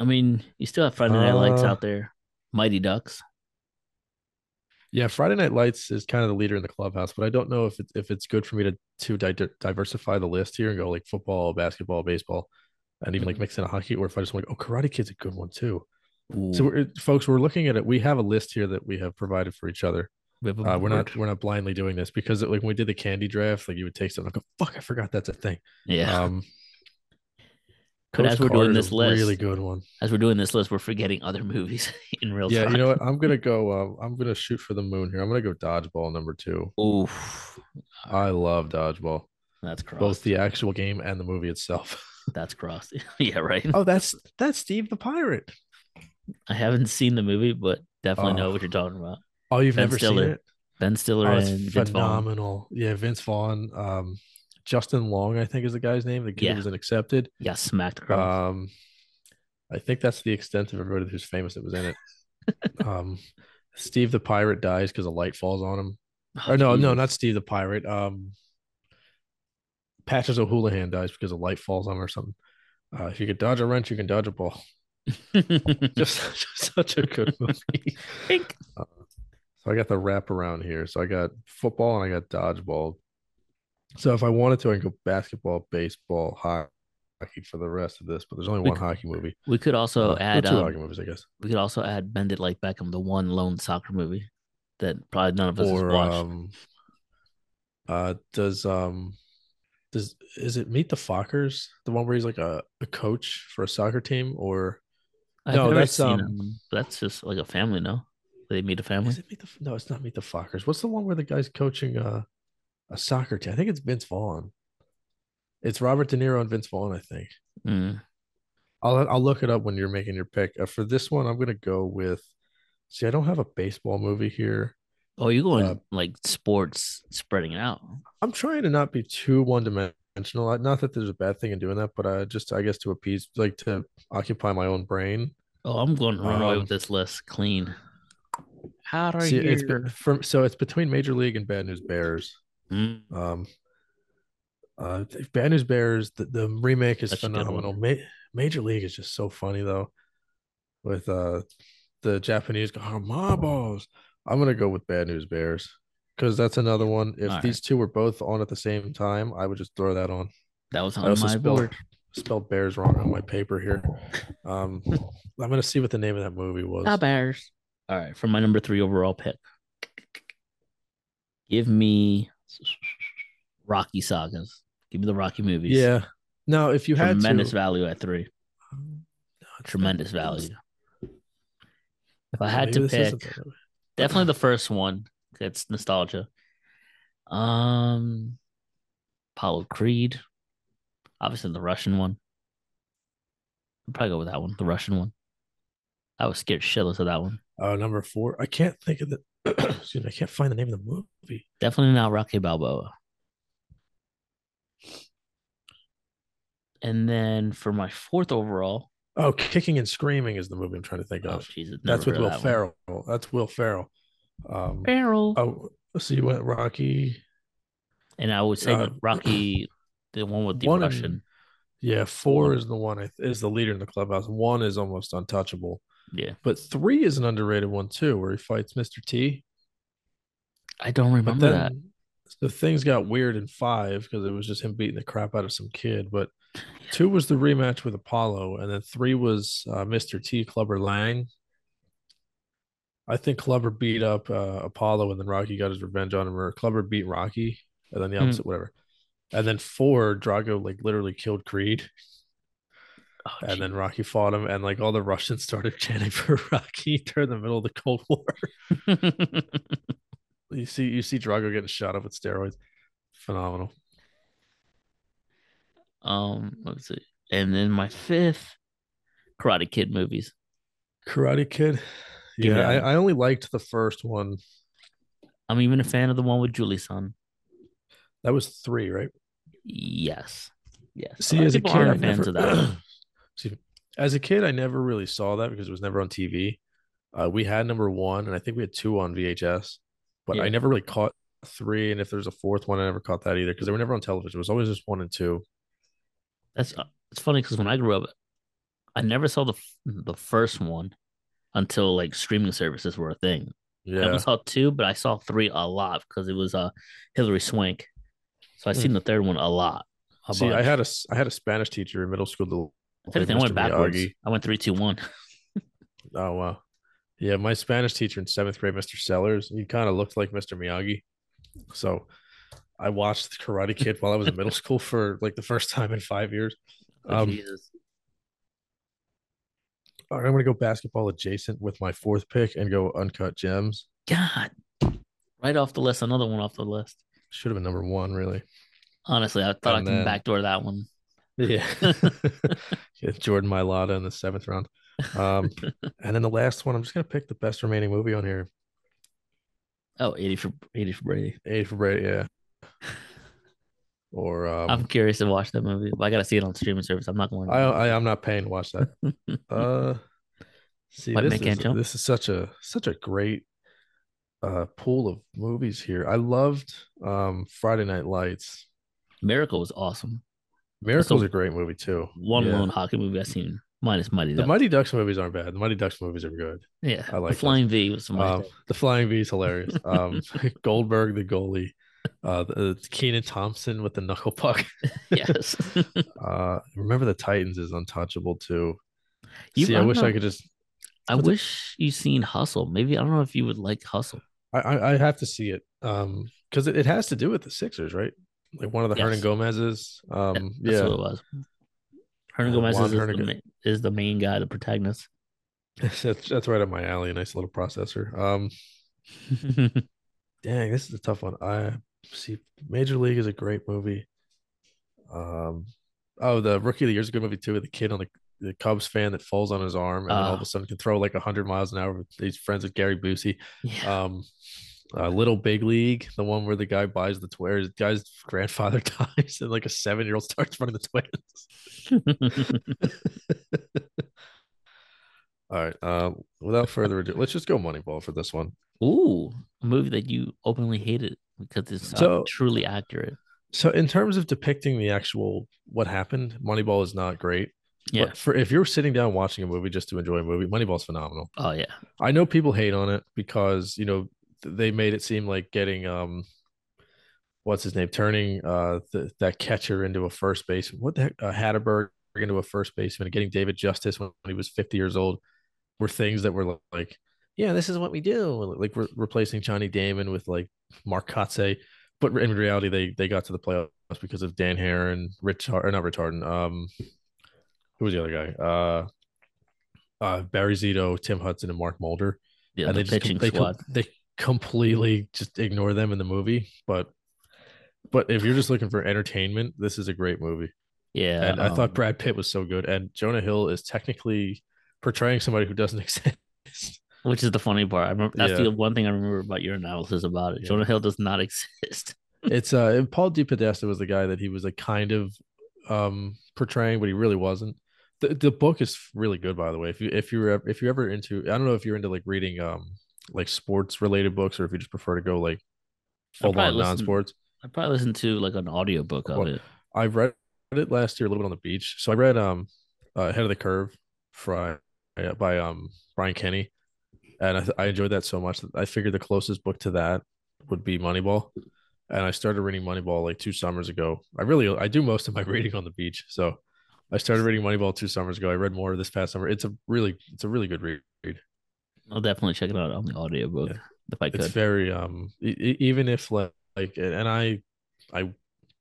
I mean, you still have Friday Night Lights Uh, out there. Mighty Ducks. yeah, Friday Night Lights is kind of the leader in the clubhouse, but I don't know if it's if it's good for me to to di- diversify the list here and go like football, basketball, baseball, and even like Mhm. mix in a hockey, or if I just want to go, oh, Karate Kid's a good one too. Ooh, So, we're, folks, we're looking at it. We have a list here that we have provided for each other. we have a Uh, we're not board. we're not blindly doing this because like when we did the candy draft, like you would take something and go, "Fuck, I forgot that's a thing." Yeah. Um, But as we're doing Carter's this a list, really good one. As we're doing this list, we're forgetting other movies in real Yeah, time. you know what? I'm gonna go. Uh, I'm gonna shoot for the moon here. I'm gonna go dodgeball number two. Oof, I love dodgeball, that's crossed. both the actual game and the movie itself. That's crossed. yeah, right. oh, that's that's Steve the pirate. I haven't seen the movie, but definitely know Oh. what you're talking about. Oh, you've Ben never Stiller. seen it? Ben Stiller Oh, and it's Vince Vaughn. phenomenal. Yeah, Vince Vaughn. Um, Justin Long, I think, is the guy's name. The kid Yeah. who was in accepted. Yeah, smacked across. Um, I think that's the extent of everybody who's famous that was in it. um, Steve the pirate dies because a light falls on him. Oh, Or no, no, not Steve the pirate. Um, Patches O'Houlihan dies because a light falls on him or something. Uh, if you could dodge a wrench, you can dodge a ball. Just, just such a good movie. Pink. So I got the wraparound here. So I got football and I got dodgeball. So if I wanted to, I can go basketball, baseball, hockey for the rest of this. But there's only We one c- hockey movie. We could also Uh, or add. two um, hockey movies, I guess. we could also add Bend It Like Beckham, the one lone soccer movie that probably none of us has Or watched. um, uh, does um, does is it Meet the Fockers? The one where he's like a, a coach for a soccer team, or I've no, never that's seen it. um, That's just like a family, no? They meet a family. is it Meet the? F- No, it's not Meet the Fockers. What's the one where the guy's coaching a a soccer team? I think it's Vince Vaughn. It's Robert De Niro and Vince Vaughn, I think. Mm. I'll I'll look it up when you're making your pick. Uh, for this one, I'm gonna go with. See, I don't have a baseball movie here. Oh, you're going Uh, like sports, spreading it out. I'm trying to not be too one dimensional. I- Not that there's a bad thing in doing that, but uh, just I guess to appease, like to occupy my own brain. Oh, I'm going to run away Um, with this list clean. Out of See, here. it's be- from so it's between Major League and Bad News Bears. Mm, Um, uh, th- Bad News Bears. The, the remake is That's a good one. phenomenal. Ma- Major League is just so funny though, with uh the Japanese oh, my balls. I'm gonna go with Bad News Bears because that's another one. If All right. these two were both on at the same time, I would just throw that on. that was I on also my spelled, board. spelled bears wrong on my paper here. Um, I'm gonna see what the name of that movie was. Ah, bears. All right, for my number three overall pick, give me Rocky sagas. Give me the Rocky movies. yeah. No, if you had tremendous to, value at three. No, it's- Tremendous value. If I Yeah, had maybe to this isn't pick, that- definitely the first one. It's nostalgia. Um, Apollo Creed. Obviously, the Russian one. I'd probably go with that one, the Russian one. I was scared shitless of that one. Uh, number four. I can't think of the. excuse me. I can't find the name of the movie. Definitely not Rocky Balboa. And then for my fourth overall, Oh, Kicking and Screaming is the movie I'm trying to think oh of. Jesus, That's with Will Ferrell. Ferrell. That's Will Ferrell. Um, Ferrell. oh, so you went Rocky. and I would say uh, Rocky, the one with the one and- Russian. Yeah, four is the one I is the leader in the clubhouse. One is almost untouchable, Yeah, but three is an underrated one too, where he fights Mr. T. I don't But remember that. then the things got weird in five because it was just him beating the crap out of some kid. But two was the rematch with Apollo, and then three was uh, Mr. T. Clubber Lang. I think Clubber beat up uh, Apollo, and then Rocky got his revenge on him. Or Clubber beat Rocky, and then the Hmm. opposite, whatever. And then four, Drago like literally killed Creed. Oh, and jeez. then Rocky fought him, and like all the Russians started chanting for Rocky during the middle of the Cold War. You see, you see Drago getting shot up with steroids. Phenomenal. um, let's see. And then my fifth Karate Kid movies. Karate Kid. Give me Yeah, that one. I, I only liked the first one. I'm even a fan of the one with Julie Sun. That was three, right? Yes, yes. See, lot of as a people kid, aren't I fans never- of that. one. Excuse me. As a kid, I never really saw that because it was never on TV. Uh, we had number one, and I think we had two on VHS, but Yeah. I never really caught three. And if there's a fourth one, I never caught that either because they were never on television. It was always just one and two. That's uh, it's funny because when I grew up, I never saw the f- the first one until like streaming services were a thing. I Yeah, only saw two, but I saw three a lot because it was uh Hillary Swank. So I Hmm. seen the third one a lot. A See, I bunch. had a s- I had a Spanish teacher in middle school. That If anything, I went backwards. I went three, two, one. Oh wow, yeah. My Spanish teacher in seventh grade, Mr. Sellers, he kind of looked like Mr. Miyagi. So I watched the Karate Kid while I was in middle school for like the first time in five years. Oh, Um, Jesus. All right, I'm gonna go basketball adjacent with my fourth pick and go uncut gems. God, right off the list, another one off the list. Should have been number one, really. Honestly, I thought I And could then- backdoor that one. Yeah. Yeah, Jordan Mailata in the seventh round. Um, and then the last one, I'm just gonna pick the best remaining movie on here. Oh, 80 for 80 for Brady. Eight for Brady, yeah. Or um, I'm curious to watch that movie, but I gotta see it on streaming service. I'm not going. I, uh, I I'm not paying to watch that. Uh, see, White Man this Can't is, Jump? this is such a such a great uh pool of movies here. I loved um Friday Night Lights. Miracle was awesome. Miracle's a- a great movie too. One Yeah. lone hockey movie I've seen. Mine is Mighty The Ducks. Mighty Ducks movies aren't bad. The Mighty Ducks movies are good. yeah, I The like those. Flying V was my Um, the Flying V is hilarious. Um, Goldberg the goalie, uh, the, the Keenan Thompson with the knuckle puck. yes. Uh, remember the Titans is untouchable too. You- See, I I'm wish not- I could just. I What's it- wish you seen Hustle. Maybe I don't know if you would like Hustle. I I, I have to see it. Um, because it, it has to do with the Sixers, right? Like one of the Hernan Yes. Gomez's. Um, That's yeah. what it was. Hernan Uh, Gomez Juan is, the Hernan- ma- is the main guy, the protagonist. that's that's right up my alley. A nice little processor. Um, dang, this is a tough one. I see Major League is a great movie. Um, oh, the Rookie of the Year is a good movie too. With the kid on the, the Cubs fan that falls on his arm and then all of Ah. a sudden can throw like hundred miles an hour. With, he's friends with Gary Busey. yeah. Um, uh, Little Big League, the one where the guy buys the Twins. Guy's grandfather dies and like a seven year old starts running the Twins. Uh, All right. Uh, without further ado, let's just go Moneyball for this one. Ooh, a movie that you openly hated because it's not So- truly accurate. So, in terms of depicting the actual what happened, Moneyball is not great. Yeah. But for if you're sitting down watching a movie just to enjoy a movie, Moneyball's phenomenal. Oh yeah. I know people hate on it because you know th- they made it seem like getting um, what's his name, turning uh th- that catcher into a first baseman. What the heck, uh, Hatterberg into a first baseman, and getting David Justice when he was 50 years old, were things that were like, yeah, this is what we do, like re- replacing Johnny Damon with like Mark Kotze. But in reality, they they got to the playoffs because of Dan Heron, Rich Har- or not Rich Harden. Um, who was the other guy? Uh, uh, Barry Zito, Tim Hudson, and Mark Mulder Yeah, and the they just com- pitching they, com- squad. they completely just ignore them in the movie. But But if you're just looking for entertainment, this is a great movie. Yeah. and I um, thought Brad Pitt was so good, and Jonah Hill is technically portraying somebody who doesn't exist. which is the funny part. I remember that's Yeah. the one thing I remember about your analysis about it. Yeah. Jonah Hill does not exist. it's uh and Paul D. Podesta was the guy that he was like kind of um portraying, but he really wasn't. The the book is really good, by the way. If you if you're ev- if you're ever into, I don't know if you're into like reading um like sports related books or if you just prefer to go like full probably on listen- non sports. I probably listened to like an audiobook of Well, it. I read it last year a little bit on the beach. So I read um uh, Head of the Curve fry by um Brian Kenny, and I, th- I enjoyed that so much that I figured the closest book to that would be Moneyball, and I started reading Moneyball like two summers ago. I really I do most of my reading on the beach, so I started reading Moneyball two summers ago. I read more this past summer. It's a really it's a really good read. I'll definitely check it out on the audiobook Yeah. if I It's could. very um e- e- even if like, like and I I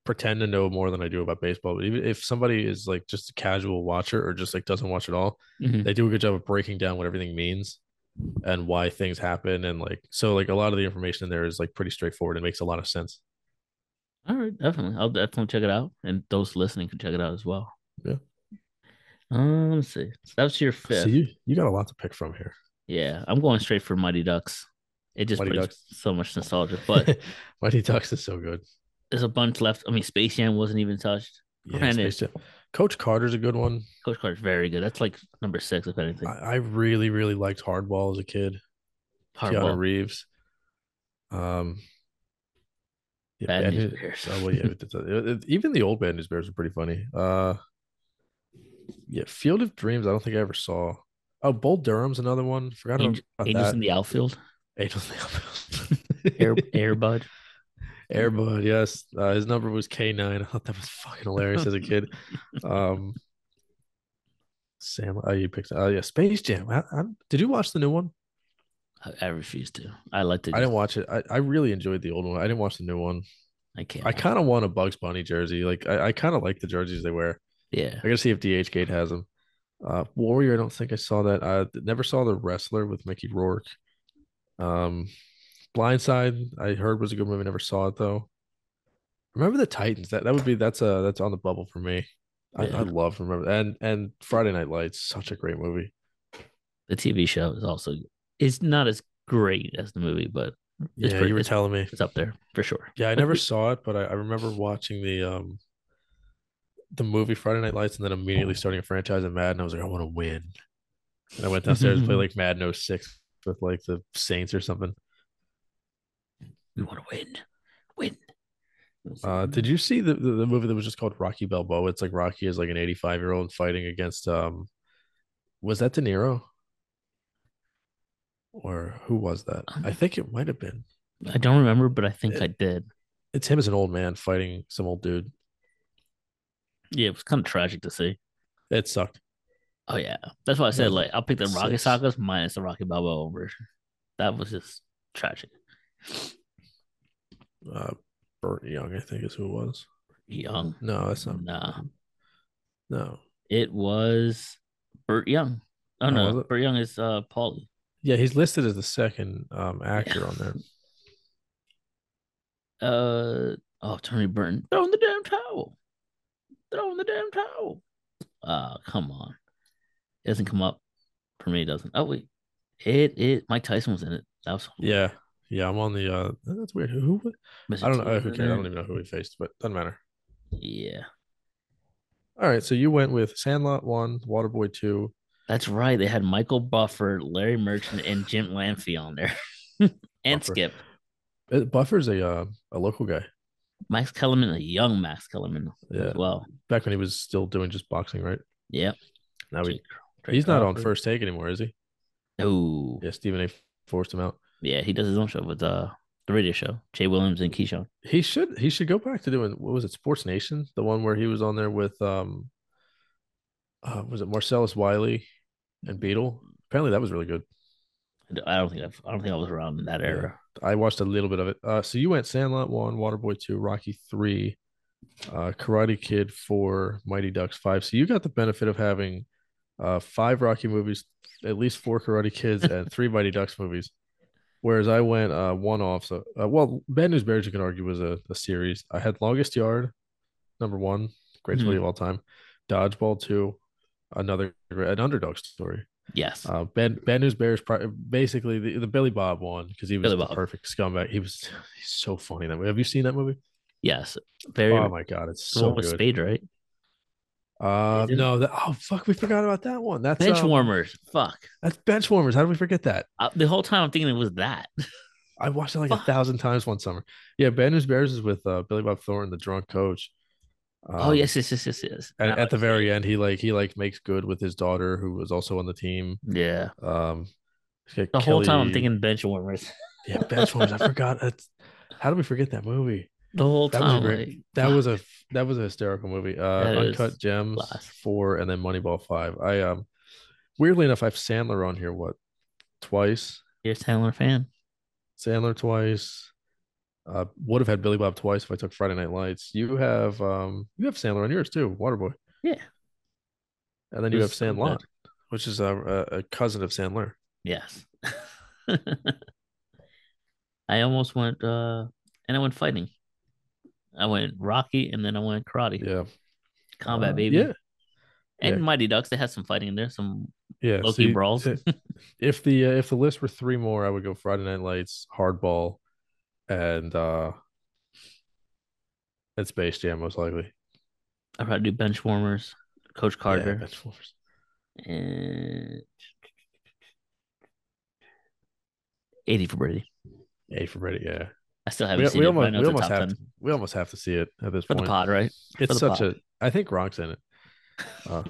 pretend to know more than I do about baseball, but even if somebody is like just a casual watcher or just like doesn't watch at all, Mhm. they do a good job of breaking down what everything means and why things happen and like so like a lot of the information in there is like pretty straightforward and makes a lot of sense. All right, definitely. I'll definitely check it out, and those listening can check it out as well. Yeah. Um, let's see. So that was your fifth. So you you got a lot to pick from here. Yeah, I'm going straight for Mighty Ducks. It just Mighty brings Ducks. so much nostalgia, but Mighty Ducks is so good. there's a bunch left. I mean, Space Jam wasn't even touched. Yeah, Granted. Space Jam. Coach Carter's a good one. Coach Carter's very good. That's like number six, if anything. I, I really, really liked Hardball as a kid. Keanu Hardball. Reeves. Um, yeah, Bad Bad News News- Bears. oh, well, yeah, it- it- it- even the old Bad News Bears are pretty funny. Uh, yeah, Field of Dreams. I don't think I ever saw. Oh, Bold Durham's another one. Forgot Angel- about Angels that. in the outfield. Angels in the Air, Air, Airbud. Airbud. Yes, uh, his number was K nine. I thought that was fucking hilarious as a kid. Um, Sam, oh, you picked. Oh, yeah, Space Jam. I, I, did you watch the new one? I, I refuse to. I like to. I didn't watch it. I, I really enjoyed the old one. I didn't watch the new one. I can't. I kind of want a Bugs Bunny jersey. Like I, I kind of like the jerseys they wear. Yeah. I gotta see if DH Gate has them. Uh, Warrior, I don't think I saw that. I never saw the wrestler with Mickey Rourke. Um, Blindside, I heard was a good movie. Never saw it though. Remember the Titans? That that would be that's uh that's on the bubble for me. I, Yeah. I love remember and and Friday Night Lights, such a great movie. The TV show is also. It's not as great as the movie, but Yeah, pretty- you were it's- telling me. it's up there for sure. Yeah, I never saw it, but I, I remember watching the um the movie Friday Night Lights and then immediately starting a franchise in Madden. I was like, I want to win. And I went downstairs and played like Madden 06 with like the Saints or something. We want to win. Win. Uh did you see the, the, the movie that was just called Rocky Balboa? It's like Rocky is like an 85 year old fighting against um was that De Niro? Or who was that? I think it might have been. I don't remember, but I think I did. It's him as an old man fighting some old dude. Yeah, it was kind of tragic to see. It sucked. Oh yeah, that's why I said That's like I'll pick the Rocky six. Sagas minus the Rocky Balboa version. That was just tragic. Uh Burt Young, I think is who it was. Young, No, that's not nah, no. it was Burt Young. Oh Oh, no, was it? Burt Young is uh Paulie. Yeah, he's listed as the second um, actor on there. Uh oh, Tony Burton. Throw in the damn towel. Throw in the damn towel. Ah, come on. It doesn't come up for me. It doesn't. Oh wait, it it. Mike Tyson was in it. That was Yeah, yeah, I'm on the. Uh, that's weird. Who? who would- I don't know. uh, Who cares? I don't even know who he faced, but doesn't matter. Yeah, All right, so you went with Sandlot one, Waterboy two. that's right. They had Michael Buffer, Larry Merchant, and Jim Lanfee on there, and Buffer. Skip Uh, Buffer's a uh, a local guy. Max Kellerman, a young Max Kellerman Yeah, as well. back when he was still doing just boxing, right? Yep. Now he, Jake- Drake he's not on Crawford. first take anymore, is he? No. Yeah, Stephen A. forced him out. Yeah, he does his own show with uh the radio show. Jay Williams and Keyshawn. He should he should go back to doing what was it Sports Nation, the one where he was on there with um, uh, was it Marcellus Wiley and Beetle? Apparently, that was really good. I don't think I've, I don't think I was around in that Yeah. era. I watched a little bit of it. Uh, so you went Sandlot one, Waterboy two, Rocky three, uh, Karate Kid four, Mighty Ducks five. So you got the benefit of having uh, five Rocky movies, at least four Karate Kids, and three Mighty Ducks movies. Whereas I went uh, one off. So, uh, well, Bad News Bears, you can argue, was a, a series. I had Longest Yard, number one, great story of all time. Dodgeball, two, another, an underdog story. Yes. Uh, bad, bad News Bears, pri- basically the, the Billy Bob one, because he was Billy the Bob. perfect scumbag. He was he's so funny. in That movie. Have you seen that movie? yes. Very oh, my God. It's the so one with good. Spade, right? Uh, Spade in it? no, that, oh, fuck. We forgot about that one. That's Bench um, warmers. Fuck. That's Benchwarmers. How did we forget that? Uh, the whole time I'm thinking it was that. Um, I watched it like Fuck. a thousand times one summer. Yeah, Bad News Bears is with uh, Billy Bob Thornton, the drunk coach. oh Um, yes, yes, yes, yes, yes. And Now at the I see. very end, he like he like makes good with his daughter, who was also on the team. Yeah. Um, the The whole time I'm thinking bench warmers. yeah, Benchwarmers. I forgot. That's, how did we forget that movie? The whole That was a time. great- like, That fuck. was a that was a hysterical movie. Uh, That is Uncut Gems class. four, and then Moneyball five. I um, weirdly enough, I have Sandler on here. What twice? You're a Sandler fan. Sandler twice. Uh, would have had Billy Bob twice if I took Friday Night Lights. You have um, you have Sandler on yours too, Waterboy. Yeah. And then you have Who's on that? Sandlot, which is a, a, a cousin of Sandler. Yes. I almost went uh and I went fighting. I went Rocky and then I went karate. Yeah, Combat Uh, baby. Yeah, yeah. And Mighty Ducks, they had some fighting in there, some yeah. low you- brawls. i- if the uh, if the list were three more, I would go Friday Night Lights, Hardball, and uh, and Space Jam most likely. I probably do bench warmers, Coach Yeah, Carter. that's worse. and 80 for Brady. Yay for Brady. Yeah, I still haven't we, seen we it, but I almost we know it's a almost top have 10 to, we almost have to see it at this for the point. pod, right? it's the such pod. a. I think Rock's in it. Uh,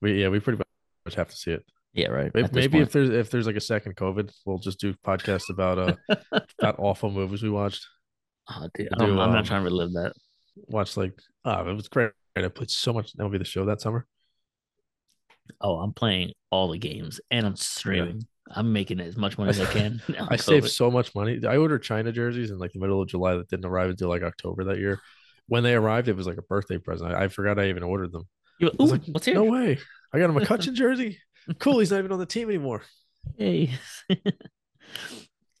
we yeah, we pretty much have to see it. yeah, right. Maybe, at this maybe if there's if there's like a second COVID, we'll just do podcasts about uh point. about awful movies we watched. Oh, could dude, I don't- do, I'm um, not trying to relive that. Watched like oh, it was great. I played so much MLB the show that summer. Oh, I'm playing all the games and I'm streaming. I'm making as much money as I can. on I saved COVID. so much money. I ordered China jerseys in like the middle of July that didn't arrive until like October that year. When they arrived, it was like a birthday present. I, I forgot I even ordered them. You- I was ooh, like, what's here? No way. I got a McCutcheon jersey. Cool. He's not even on the team anymore. Hey.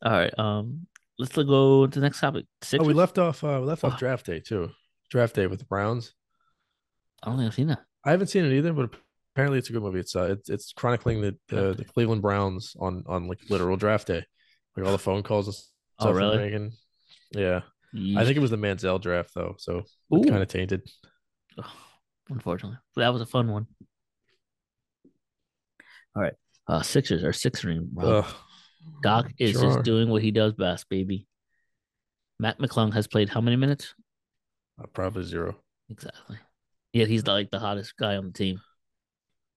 all right. Um, let's go to the next topic. Oh, we Sixers? left off. Uh, we left Wow. off draft day too. Draft day with the Browns. I don't think I've seen that. I haven't seen it either, but apparently it's a good movie. It's uh, it's, it's chronicling the, the the Cleveland Browns on on like literal draft day, like all the phone calls and stuff. Oh, they're really? Making. Yeah, I think it was the Manziel draft though, so Ooh. kind of tainted. Ugh, unfortunately. But that was a fun one. All right. Uh Sixers are sixering, bro. Ugh. Doc is Sure. just doing what he does best, baby. Matt McClung has played how many minutes? Uh, probably zero. Exactly. Yet he's like the hottest guy on the team.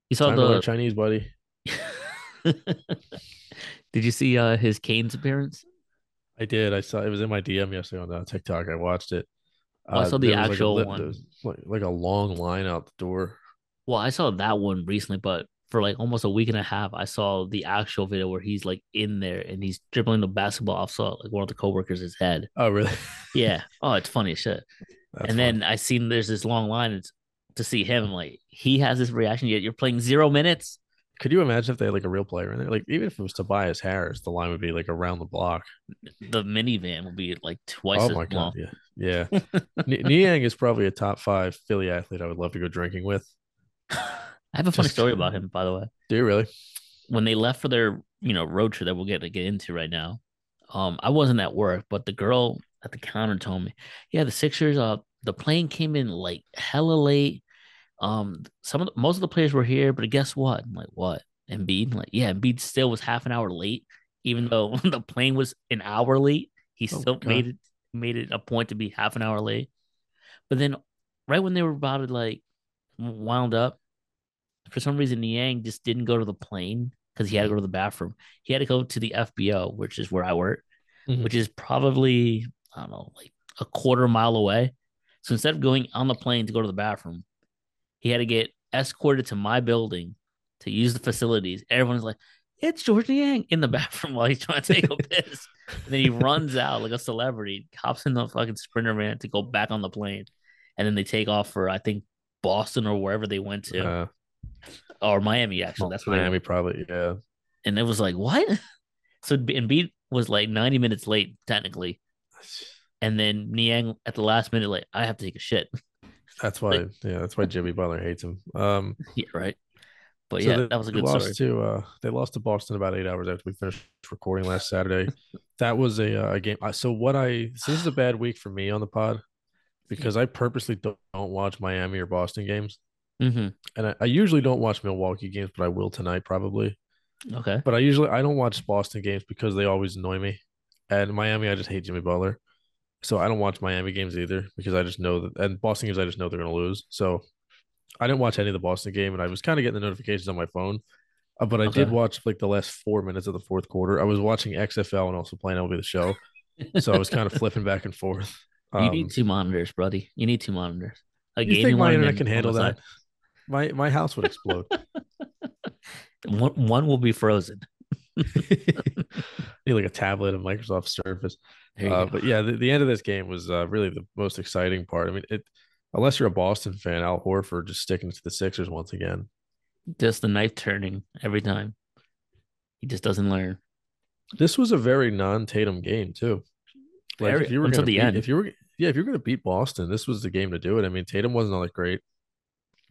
You saw Time to learn the Chinese buddy. Did you see uh his Kane's appearance? I did. I saw it was in my DM yesterday on uh, TikTok. I watched it. Uh, Oh, I saw the there was, like, a actual li- one. there was, Like, like a long line out the door. Well, I saw that one recently, but for like almost a week and a half, I saw the actual video where he's like in there and he's dribbling the basketball off so like one of the coworkers' head. Oh, really? Yeah. Oh, it's funny as shit. That's and then I seen there's this long line it's, to see him. Like he has this reaction. Yet you're playing zero minutes. Could you imagine if they had like a real player in there? Like even if it was Tobias Harris, the line would be like around the block. The minivan will be like twice oh as my long. god, yeah, yeah. Ni- Niang is probably a top five Philly athlete. I would love to go drinking with. I have a funny Just- story about him, by the way. Do you really? When they left for their you know road trip that we'll get to get into right now, um, I wasn't at work, but the girl at the counter told me, yeah, the Sixers, uh, the plane came in like hella late. Um, some of the, most of the players were here, but guess what? I'm like, what? Embiid? I'm like, yeah, Embiid still was half an hour late, even though the plane was an hour late. He Oh, still God. made it made it a point to be half an hour late. But then, right when they were about to like wound up, for some reason Niang just didn't go to the plane because Mm. he had to go to the bathroom. He had to go to the FBO, which is where I work, Mhm. which is probably I don't know, like a quarter mile away. So instead of going on the plane to go to the bathroom, he had to get escorted to my building to use the facilities. Everyone's like, it's George Niang in the bathroom while he's trying to take a piss. And then he runs out like a celebrity, hops in the fucking sprinter van to go back on the plane. And then they take off for, I think, Boston or wherever they went to, Uh, or Miami, actually. That's where they went Miami probably. Yeah. and it was like what? So B- Embiid was like 90 minutes late technically, and then Niang at the last minute like I have to take a shit. That's why, yeah, that's why Jimmy Butler hates him. Um, yeah, right. But so yeah, they- that was a they good story. lost to uh, they lost to Boston about eight hours after we finished recording last Saturday. that was a, uh, a game. I, so what I so this is a bad week for me on the pod Hmm. because I purposely don't, don't watch Miami or Boston games, Mm-hmm. and I, I usually don't watch Milwaukee games, but I will tonight probably. Okay. But I usually I don't watch Boston games because they always annoy me, and Miami I just hate Jimmy Butler, so I don't watch Miami games either because I just know that and Boston games I just know they're gonna lose. So I didn't watch any of the Boston game, and I was kind of getting the notifications on my phone, uh, but I did Okay. watch like the last four minutes of the fourth quarter. I was watching XFL and also playing MLB the Show, so I was kind of flipping back and forth. you Um, need two monitors, buddy. You need two monitors. A you think my one internet and can one handle aside. that? My my house would explode. One, one will be frozen. need like a tablet and Microsoft Surface. There you Uh, go. but yeah, the, the end of this game was uh, really the most exciting part. I mean, it unless you're a Boston fan, Al Horford just sticking to the Sixers once again. just the knife turning every time. He just doesn't learn. This was a very non-Tatum game too. Like Very- if you were until gonna the beat- end. if you were yeah, if you were going to beat Boston, this was the game to do it. I mean, Tatum wasn't all that great.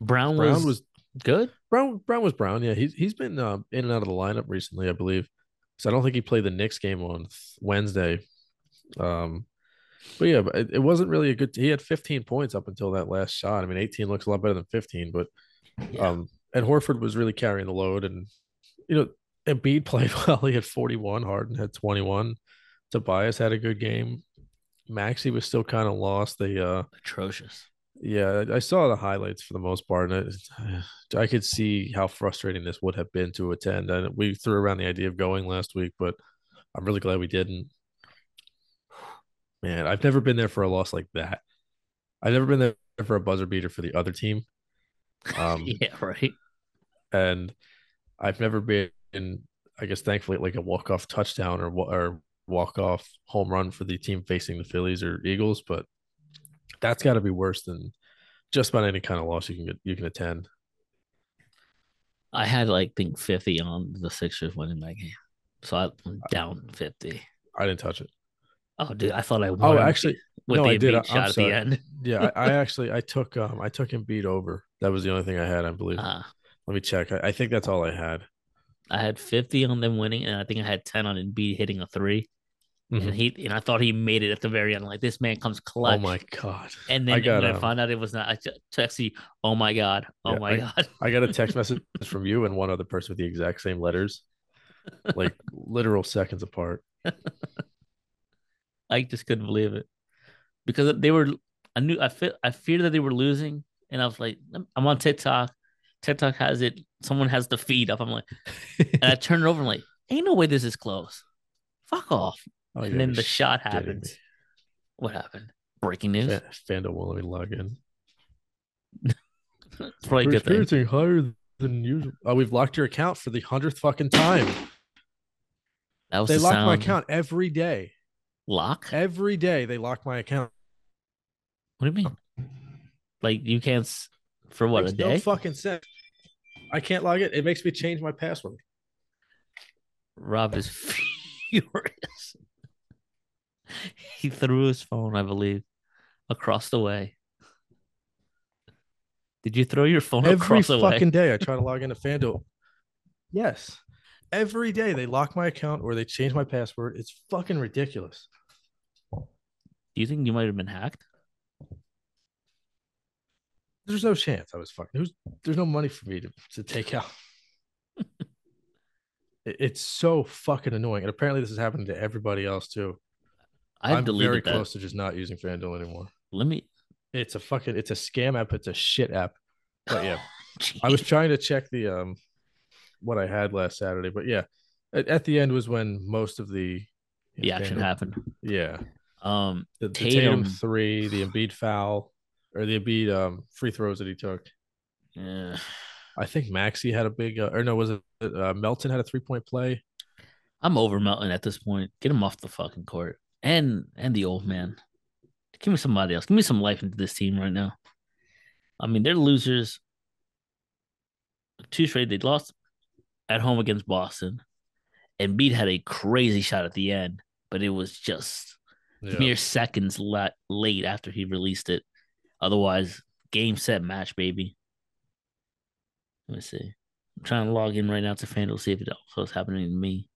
Brown, Brown was, was good. Brown Brown was Brown. Yeah, he's he's been uh, in and out of the lineup recently, I believe. So I don't think he played the Knicks game on th- Wednesday. Um, but yeah, but it, it wasn't really a good. He had 15 points up until that last shot. I mean, 18 looks a lot better than 15, but Yeah. um, and Horford was really carrying the load, and you know, Embiid played well. He had 41. Harden had 21. Tobias had a good game. Maxi was still kind of lost. They uh Atrocious. yeah, I I saw the highlights for the most part, and it, I could see how frustrating this would have been to attend. And we threw around the idea of going last week, but I'm really glad we didn't. Man, I've never been there for a loss like that. I've never been there for a buzzer beater for the other team, um, yeah, right. and I've never been, I guess, thankfully, like a walk off touchdown or wa- or walk off home run for the team facing the Phillies or Eagles, but that's got to be worse than just about any kind of loss you can get, you can attend. I had like think 50 on the Sixers winning that game. So I- I'm Uh, down 50. I didn't touch it. Oh, dude, I thought I Oh, won. actually, with no, the I did. Embiid I- I'm shot at sorry. the end. yeah, I, I actually I took um I took Embiid over. That was the only thing I had, I believe. Uh, Let me check. I, I think that's all I had. I had 50 on them winning, and I think I had 10 on Embiid hitting a 3 Mhm. And he and I thought he made it at the very end. Like this man comes clutch. Oh my god! And I then got, when I um, found out it was not, I t- texted you, "Oh my god! Oh Yeah, my I- god!" I got a text message from you and one other person with the exact same letters, like literal seconds apart. I just couldn't believe it because they were. I knew I fe- I feared that they were losing, and I was like, I'm on TikTok. TikTok has it. Someone has the feed up. I'm like, and I turn it over. I'm like, ain't no way this is close. Fuck off. Oh, you and then gotta the be shot kidding me. happens. What happened? Breaking news. Fa- FanDuel won't let me log in. It's probably a We're good thing. experiencing higher than usual. Oh, we've locked your account for the hundredth fucking time. That was They the lock my sound. account every day. Lock? What Every day they lock my account. do you mean? Like you can't s- for what a Makes day? No fucking sense. I can't log it. It makes me change my password. Rob is furious. he threw his phone, I believe, across the way. Did you throw your phone Every across the fucking way? day I try to log into FanDuel. Yes. Every day they lock my account or they change my password. It's fucking ridiculous. Do you think you might have been hacked? There's no chance I was fucking. Who's, there's no money for me to, to take out. It- it's so fucking annoying. And apparently this is happening to everybody else too. I've am deleted very that. close to just not using FanDuel anymore. Let me. It's a fucking it's a scam app. It's a shit app. But yeah. I was trying to check the um what I had last Saturday, but yeah, at, at the end was when most of the the action Tatum- happened. Yeah, Um, the, the Tatum. Tatum. three, the Embiid foul, or the Embiid um free throws that he took. yeah. I think Maxi had a big, uh, or no, was it uh, Melton had a three point play? I'm over Melton at this point. Get him off the fucking court, and and the old man. Give me somebody else. Give me some life into this team right now. I mean, they're losers. Two straight. They lost at home against Boston, Embiid had a crazy shot at the end, but it was just mere seconds la- late after he released it. Otherwise, game set match, baby. Let me see. I'm trying to log in right now to FanDuel see if it also is happening to me.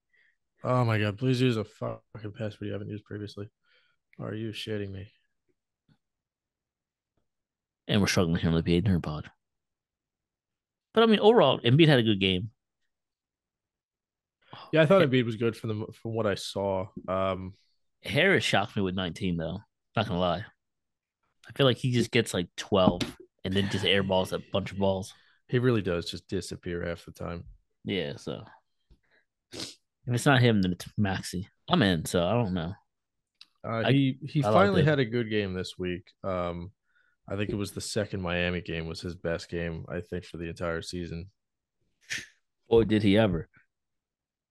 Oh my god! Please use a fucking password you haven't used previously. Are you shitting me? And we're struggling here on the PA Nerd Pod. But I mean, overall, Embiid had a good game. Yeah, I thought Yeah. Embiid was good from the from what I saw. Um, Harris shocked me with 19, though. Not gonna lie. I feel like he just gets like 12 and then just airballs a bunch of balls. he really does just disappear half the time. Yeah, so if it's not him, then it's Maxi. I'm in, so I don't know. Uh, I- he he I like finally it. had a good game this week. Um, I think it was the second Miami game was his best game I think for the entire season. Boy, did he ever.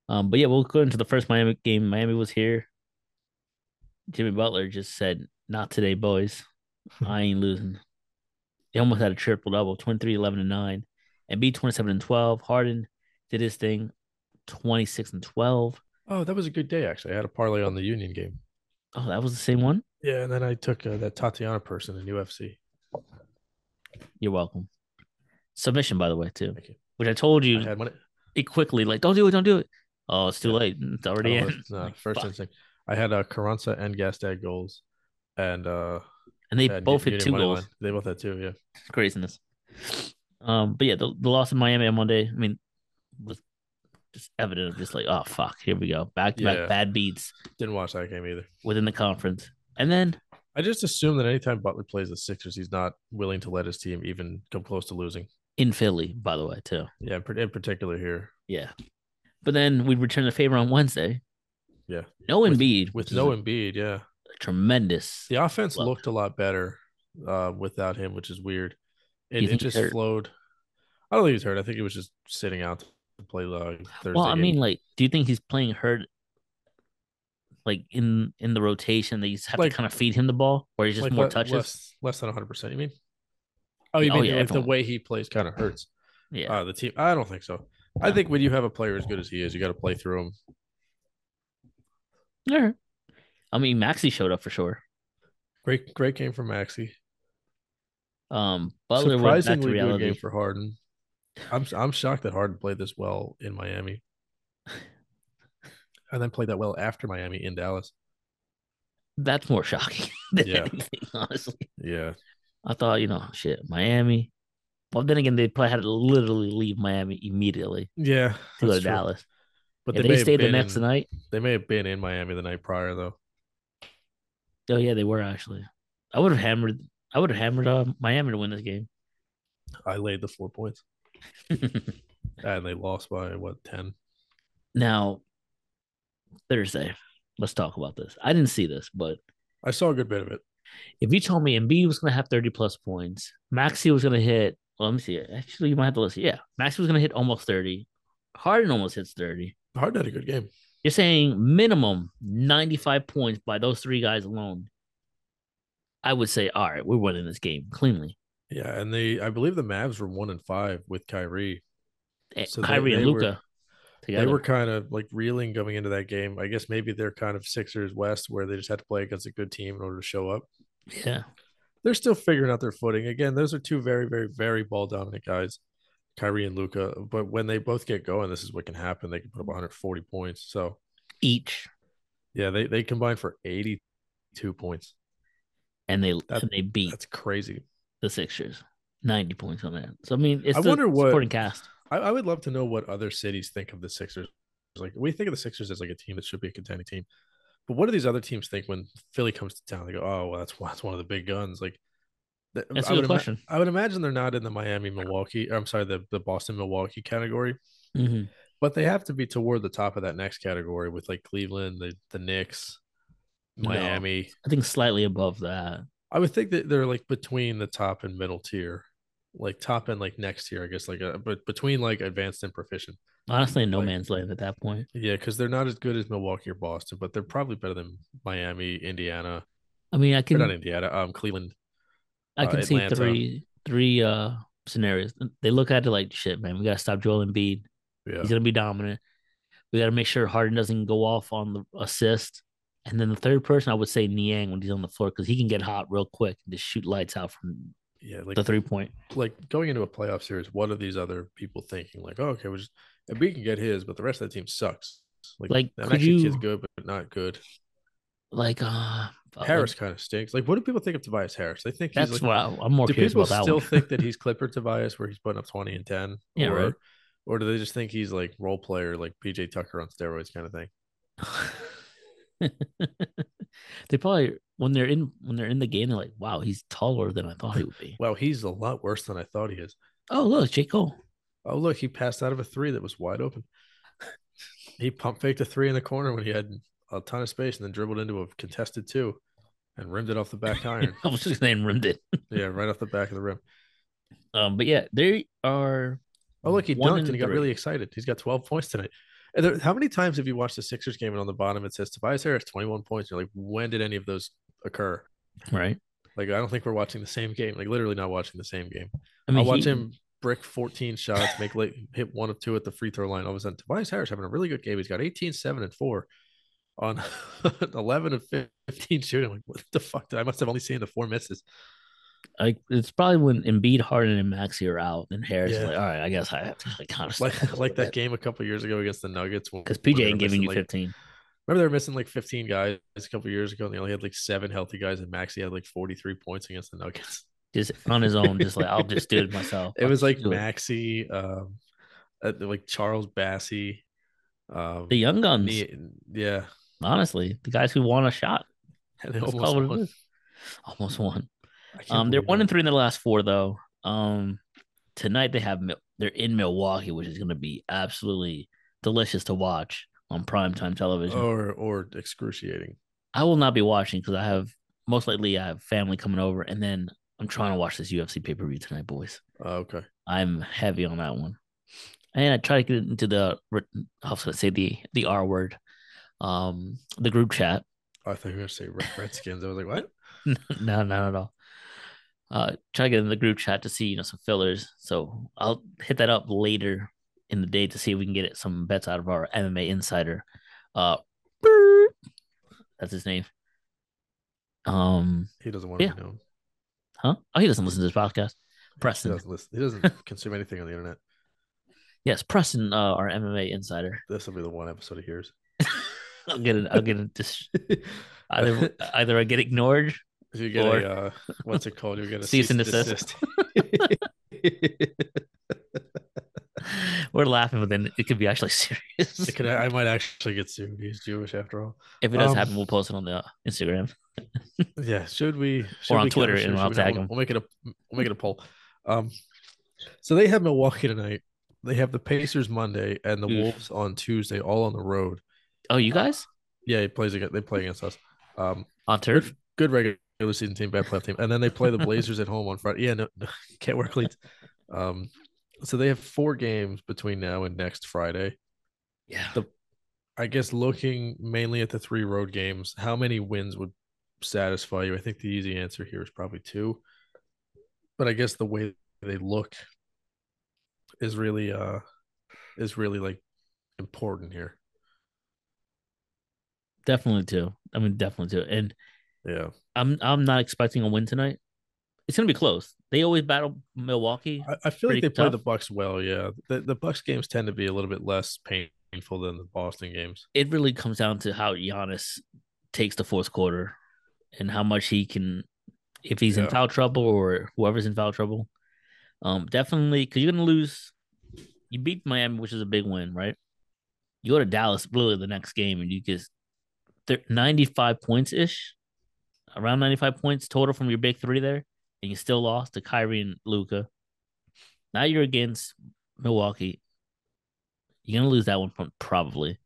Um, but yeah, we'll go into the first Miami game. Miami was here. Jimmy Butler just said, Not today, boys. I ain't losing. They almost had a triple double 23, 11, and 9. And B 27 and 12. Harden did his thing 26 and 12. Oh, that was a good day actually. I had a parlay on the Union game. Oh, that was the same one? Yeah, and then I took uh, that Tatiana person in UFC. You're welcome. Submission, by the way, too. Thank you. Which I told I you had one. it quickly, like, don't do it, don't do it. Oh, it's too late. It's already I in. don't know, uh, Like, first fuck. instinct. I had uh, Carranza and Gastad goals, and uh, And they and both you- you hit didn't two money goals. line. They both had two. Yeah. craziness. Um, but yeah, the, the loss in Miami on Monday, I mean, was just evident of just like, oh fuck, here we go, back to Yeah. back bad beats Didn't watch that game either. within the conference, and then I just assume that anytime Butler plays the Sixers, he's not willing to let his team even come close to losing. in Philly, by the way, too. Yeah, in par- in particular here Yeah, but then we return the favor on Wednesday. Yeah. no With- Embiid, with which no is Embiid. Yeah, a tremendous. the offense Well- looked a lot better uh, without him, which is weird. It, You it think he's just hurt? flowed. I don't think he's hurt. I think he was just sitting out to play uh, Thursday. Well, I game. mean, like, do you think he's playing hurt? Like in in the rotation, they just have Like- to kind of feed him the ball, or he's just Like more le- touches. less, less than 100. percent You mean? Oh, you Oh, mean yeah, like the everyone. way he plays kind of hurts yeah, uh, the team? I don't think so. I No. think when you have a player as good as he is, you got to play through him. yeah. I mean, Maxi showed up for sure. Great, great game from Maxi. Um, Butler went back to Surprisingly good game reality. for Harden. I'm I'm shocked that Harden played this well in Miami, and then played that well after Miami in Dallas. That's more shocking than Yeah. anything, honestly. Yeah, I thought, you know, shit, Miami. Well, then again, they probably had to literally leave Miami immediately yeah. to go that's to true. Dallas. but if may they have stayed the been next in- night, They may have been in Miami the night prior though. oh yeah, they were actually. I would have hammered. I would have hammered uh, Miami to win this game. I laid the four points, and they lost by what ten? now, Thursday, let's talk about this. I didn't see this, but I saw a good bit of it. if you told me Embiid was going to have 30 plus points, Maxi was going to hit, well, let me see. Actually, you might have to listen. Yeah. Maxi was going to hit almost 30. Harden almost hits 30. Harden had a good game. You're saying minimum 95 points by those three guys alone. I would say, all right, we're winning this game cleanly. Yeah, and they I believe the Mavs were one and five with Kyrie. Eh, So they- Kyrie and they were- Luca They together. were kind of like reeling going into that game. I guess maybe they're kind of Sixers West where they just had to play against a good team in order to show up. yeah. They're still figuring out their footing. Again, those are two very, very, very ball dominant guys, Kyrie and Luca. But when they both get going, this is what can happen. They can put up 140 points. So Each. yeah, they they combined for 82 points. And they That- and they beat That's crazy. the Sixers. 90 points on that. So, I mean, it's I the wonder what- supporting cast. I, I would love to know what other cities think of the Sixers. Like we think of the Sixers as like a team that should be a contending team, but what do these other teams think when Philly comes to town? They go, "Oh, well, that's one- that's one of the big guns." Like, th- That's a I good would ima- question. I would imagine they're not in the Miami, Milwaukee. I'm sorry, the the Boston, Milwaukee category, Mm-hmm. hmm but they have to be toward the top of that next category with like Cleveland, the the Knicks, No. Miami. I think slightly above that. I would think that they're like between the top and middle tier, like top and like next tier, I guess, like uh but between like advanced and proficient. Honestly, no Like- man's land at that point. Yeah, because they're not as good as Milwaukee or Boston, but they're probably better than Miami, Indiana. I mean, I Or can not Indiana, um, Cleveland. I uh, can see Atlanta. three three uh scenarios. They look at it like shit, man. We gotta stop Joel Embiid. Yeah, He's gonna be dominant. We got to make sure Harden doesn't go off on the assist. And then the third person, I would say Niang when he's on the floor because he can get hot real quick and just shoot lights out from Yeah, like the three point. like going into a playoff series, what are these other people thinking? Like, oh, okay, we just and we can get his, but the rest of the team sucks. Like, that could actually kid's you- Uh, good, but not good. Like uh, fuck, Harris kind of stinks. Like, what do people think of Tobias Harris? They think like, That's he's like, what I, am more do curious people about that still one. think that he's Clipper Tobias, where he's putting up twenty and ten? Yeah, or, right. or do they just think he's like role player, like PJ Tucker on steroids, kind of thing? they probably when they're in when they're in the game, they're like, "Wow, he's taller than I thought he would be." Wow, he's a lot worse than I thought he is. oh, look, J. Cole. Oh, look, he passed out of a three that was wide open. He pump faked a three in the corner when he had a ton of space and then dribbled into a contested two and rimmed it off the back iron. I was just saying, rimmed it. yeah, right off the back of the rim. Um, but yeah, they are. Oh, look, he One dunked and and he got three. really excited. He's got 12 points tonight. And there, how many times have you watched the Sixers game and on the bottom it says Tobias Harris 21 points? You're like, when did any of those occur? right. Like, I don't think we're watching the same game. Like, literally not watching the same game. I I mean, will watch he- him brick 14 shots, make late, hit one of two at the free throw line. All of a sudden, Tobias Harris having a really good game. He's got 18, 7, and 4 on 11 and 15 shooting. Like, what the fuck? Did, I must have only seen the four misses. Like it's probably when Embiid, Harden, and Maxi are out, and Harris is Yeah. like, "All right, I guess I have to like kind of Like, like that game a couple years ago against the Nuggets. when- because when PJ they were ain't missing, giving you like- 15." Remember they were missing like 15 guys a couple years ago, and they only had like seven healthy guys, and Maxi had like 43 points against the Nuggets. Just on his own, just like I'll just do it myself. It I'll was just like do it." Maxi, um, uh, like Charles Bassie, um, the young guns, Ne- yeah, honestly, the guys who want a shot and they Let's almost call it won. this. almost won. I can't Um, they're believe one that. and three in their last four though. Um, tonight they have Mil- they're in Milwaukee, which is going to be absolutely delicious to watch on primetime television. or or excruciating. I will not be watching because I have most likely I have family coming over, and then I'm trying to watch this UFC pay per view tonight, boys. Oh, okay, I'm heavy on that one, and I try to get into the re- I was going to say the the R word, um, the group chat. I thought you were gonna say Red- Redskins. I was like, what? no, not at all. Uh, try to get in the group chat to see you know some fillers. So I'll hit that up later in the day to see if we can get some bets out of our MMA insider. Uh, Bert. that's his name. Um, He doesn't want to Yeah. be known. huh? Oh, he doesn't listen to this podcast. He Preston, doesn't listen. He doesn't consume anything on the internet. yes, Preston, uh, our MMA insider. This will be the one episode he hears. I'll get it. I'll get it. Dis- either either I get ignored. You get Or- a uh, what's it called? You get a Cease and desist. We're laughing, but then it could be actually serious. It could- I might actually get sued. He's Jewish after all. If it does Um, happen, we'll post it on the uh, Instagram. Yeah. Should we? Should on we Twitter, cover- should- and should I'll we not? tag We'll- him. We'll make it a we'll make it a poll. Um, so they have Milwaukee tonight. They have the Pacers Monday and the Oof. Wolves on Tuesday, all on the road. Oh, uh, you guys Yeah, he plays against, they play against us. Um, on turf? good regular season team, bad playoff team, and then they play the Blazers at home on Friday. Yeah, no, no can't work late. Um, so they have four games between now and next Friday. Yeah. I guess looking mainly at the three road games, how many wins would satisfy you? I think the easy answer here is probably two. But I guess the way they look is really uh is really like important here. Definitely too. I mean, definitely too. And Yeah. I'm I'm not expecting a win tonight. It's gonna be close. They always battle Milwaukee. I, I feel pretty like they play the tough. Bucks well, yeah. The the Bucks games tend to be a little bit less painful than the Boston games. It really comes down to how Giannis takes the fourth quarter and how much he can, if he's in Yeah. foul trouble or whoever's in foul trouble. Um, definitely because you're gonna lose. You beat Miami, which is a big win, right? You go to Dallas, really the next game, and you get thir- 95 points ish, around 95 points total from your big three there, and you still lost to Kyrie and Luca. Now you're against Milwaukee. You're gonna lose that one from probably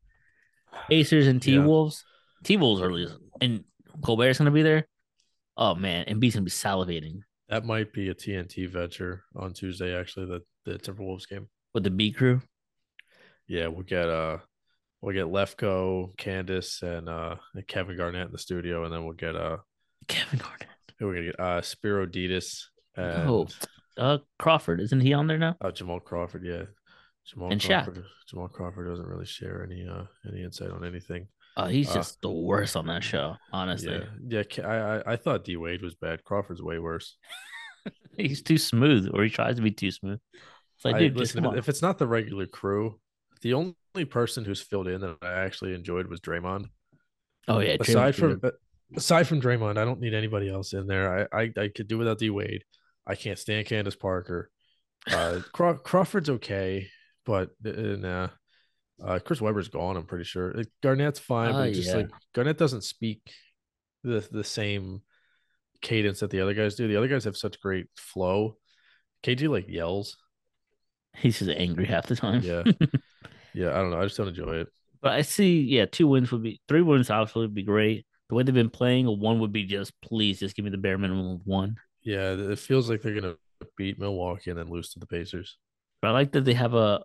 Pacers and T Yeah. Wolves. T Wolves are losing, and Colbert's gonna be there. Oh man, and B's gonna be salivating That might be a TNT venture on Tuesday, actually, the, the Timberwolves game. with the B crew. Yeah, we'll get uh we'll get Lefko, Candace, and uh and Kevin Garnett in the studio, and then we'll get uh Kevin Garnett. who we're gonna get uh Spiro Ditas and Oh, uh, Crawford isn't he on there now? uh, Jamal Crawford, yeah. Jamal And Shaq. Crawford, Jamal Crawford doesn't really share any uh any insight on anything. Oh, he's Uh, just the worst on that show. Honestly, Yeah, yeah. Ca- I I, I thought D Wade was bad. Crawford's way worse. he's too smooth, or he tries to be too smooth. It's like, I- dude, just listen, come if, on. if it's not the regular crew, the only person who's filled in that I actually enjoyed was Draymond. oh yeah, Draymond's aside pretty from uh, aside from Draymond, I don't need anybody else in there. I I, I could do without D Wade. I can't stand Candace Parker. Uh, Craw- Crawford's okay, but uh, nah. Uh, Chris Webber's gone. I'm pretty sure Uh, Garnett's fine, Oh, but just yeah. like Garnett doesn't speak the the same cadence that the other guys do. The other guys have such great flow. KG like yells. good. he's just angry half the time. Yeah, yeah. I don't know. I just don't enjoy it. But I see, yeah, two wins would be three wins. Obviously, would be great. The way they've been playing, one would be just please, just give me the bare minimum of one. Yeah, it feels like they're gonna beat Milwaukee and then lose to the Pacers. But I like that they have a,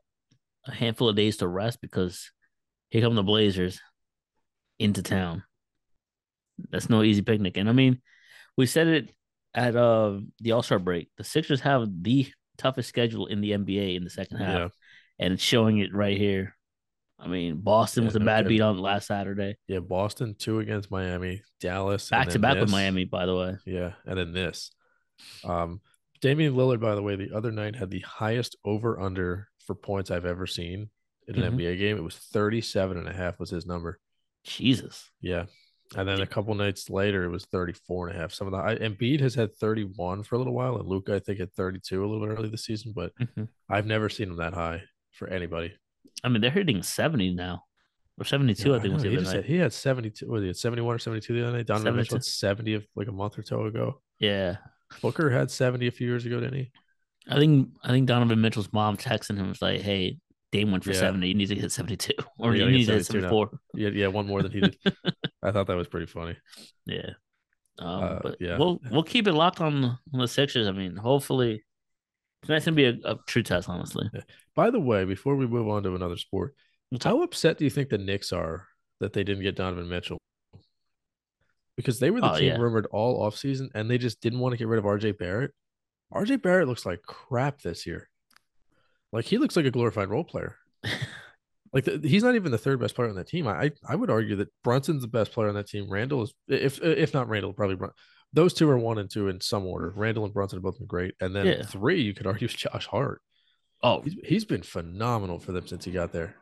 a handful of days to rest because here come the Blazers into town. That's no easy picnic. And I mean, we said it at uh, the All Star break. The Sixers have the toughest schedule in the NBA in the second half, Yeah, and it's showing it right here. I mean, Boston Yeah, was a no bad kidding. beat on last Saturday, yeah. Boston two against Miami, Dallas and back to then back with this. Miami. By the way, Yeah, and then this. Um, Damian Lillard, by the way, the other night had the highest over under for points I've ever seen in an Mhm. NBA game. It was 37 and a half was his number. Jesus, Yeah. And then a couple nights later, it was 34 and a half. Some of the I, Embiid has had 31 for a little while, and Luca, I think, had 32 a little bit early this season, but I've never seen him that high for anybody. I mean, they're hitting seventy now or seventy two. Yeah, I think was know. he, the other just had, night. he had 72, was he at 71 or 72 the other night? Donovan Mitchell had 70 of like a month or so ago. Yeah, Booker had 70 a few years ago, didn't he? I think I think Donovan Mitchell's mom texting him was like, "Hey, Dame went for Yeah. Oh, seventy. You need to hit seventy-two, or Yeah, you he need to hit hit 72 now. seventy-four. Yeah, yeah, one more than he did. I thought that was pretty funny. Yeah, um, Uh, but yeah. we'll we'll keep it locked on, on the Sixers. I mean, hopefully, tonight's gonna be a, a true test. Honestly, By the way, before we move on to another sport, What's how upset do you think the Knicks are that they didn't get Donovan Mitchell? Because they were the Oh, team yeah. rumored all offseason and they just didn't want to get rid of RJ Barrett. RJ Barrett looks like crap this year. Like he looks like a glorified role player. Like the, he's not even the third best player on that team. I I- I would argue that Brunson's the best player on that team. Randall is if if not Randall probably Brun- those two are one and two in some order. Randall and Brunson have both been great, and then Yeah. three you could argue is Josh Hart. oh, He's, he's been phenomenal for them since he got there.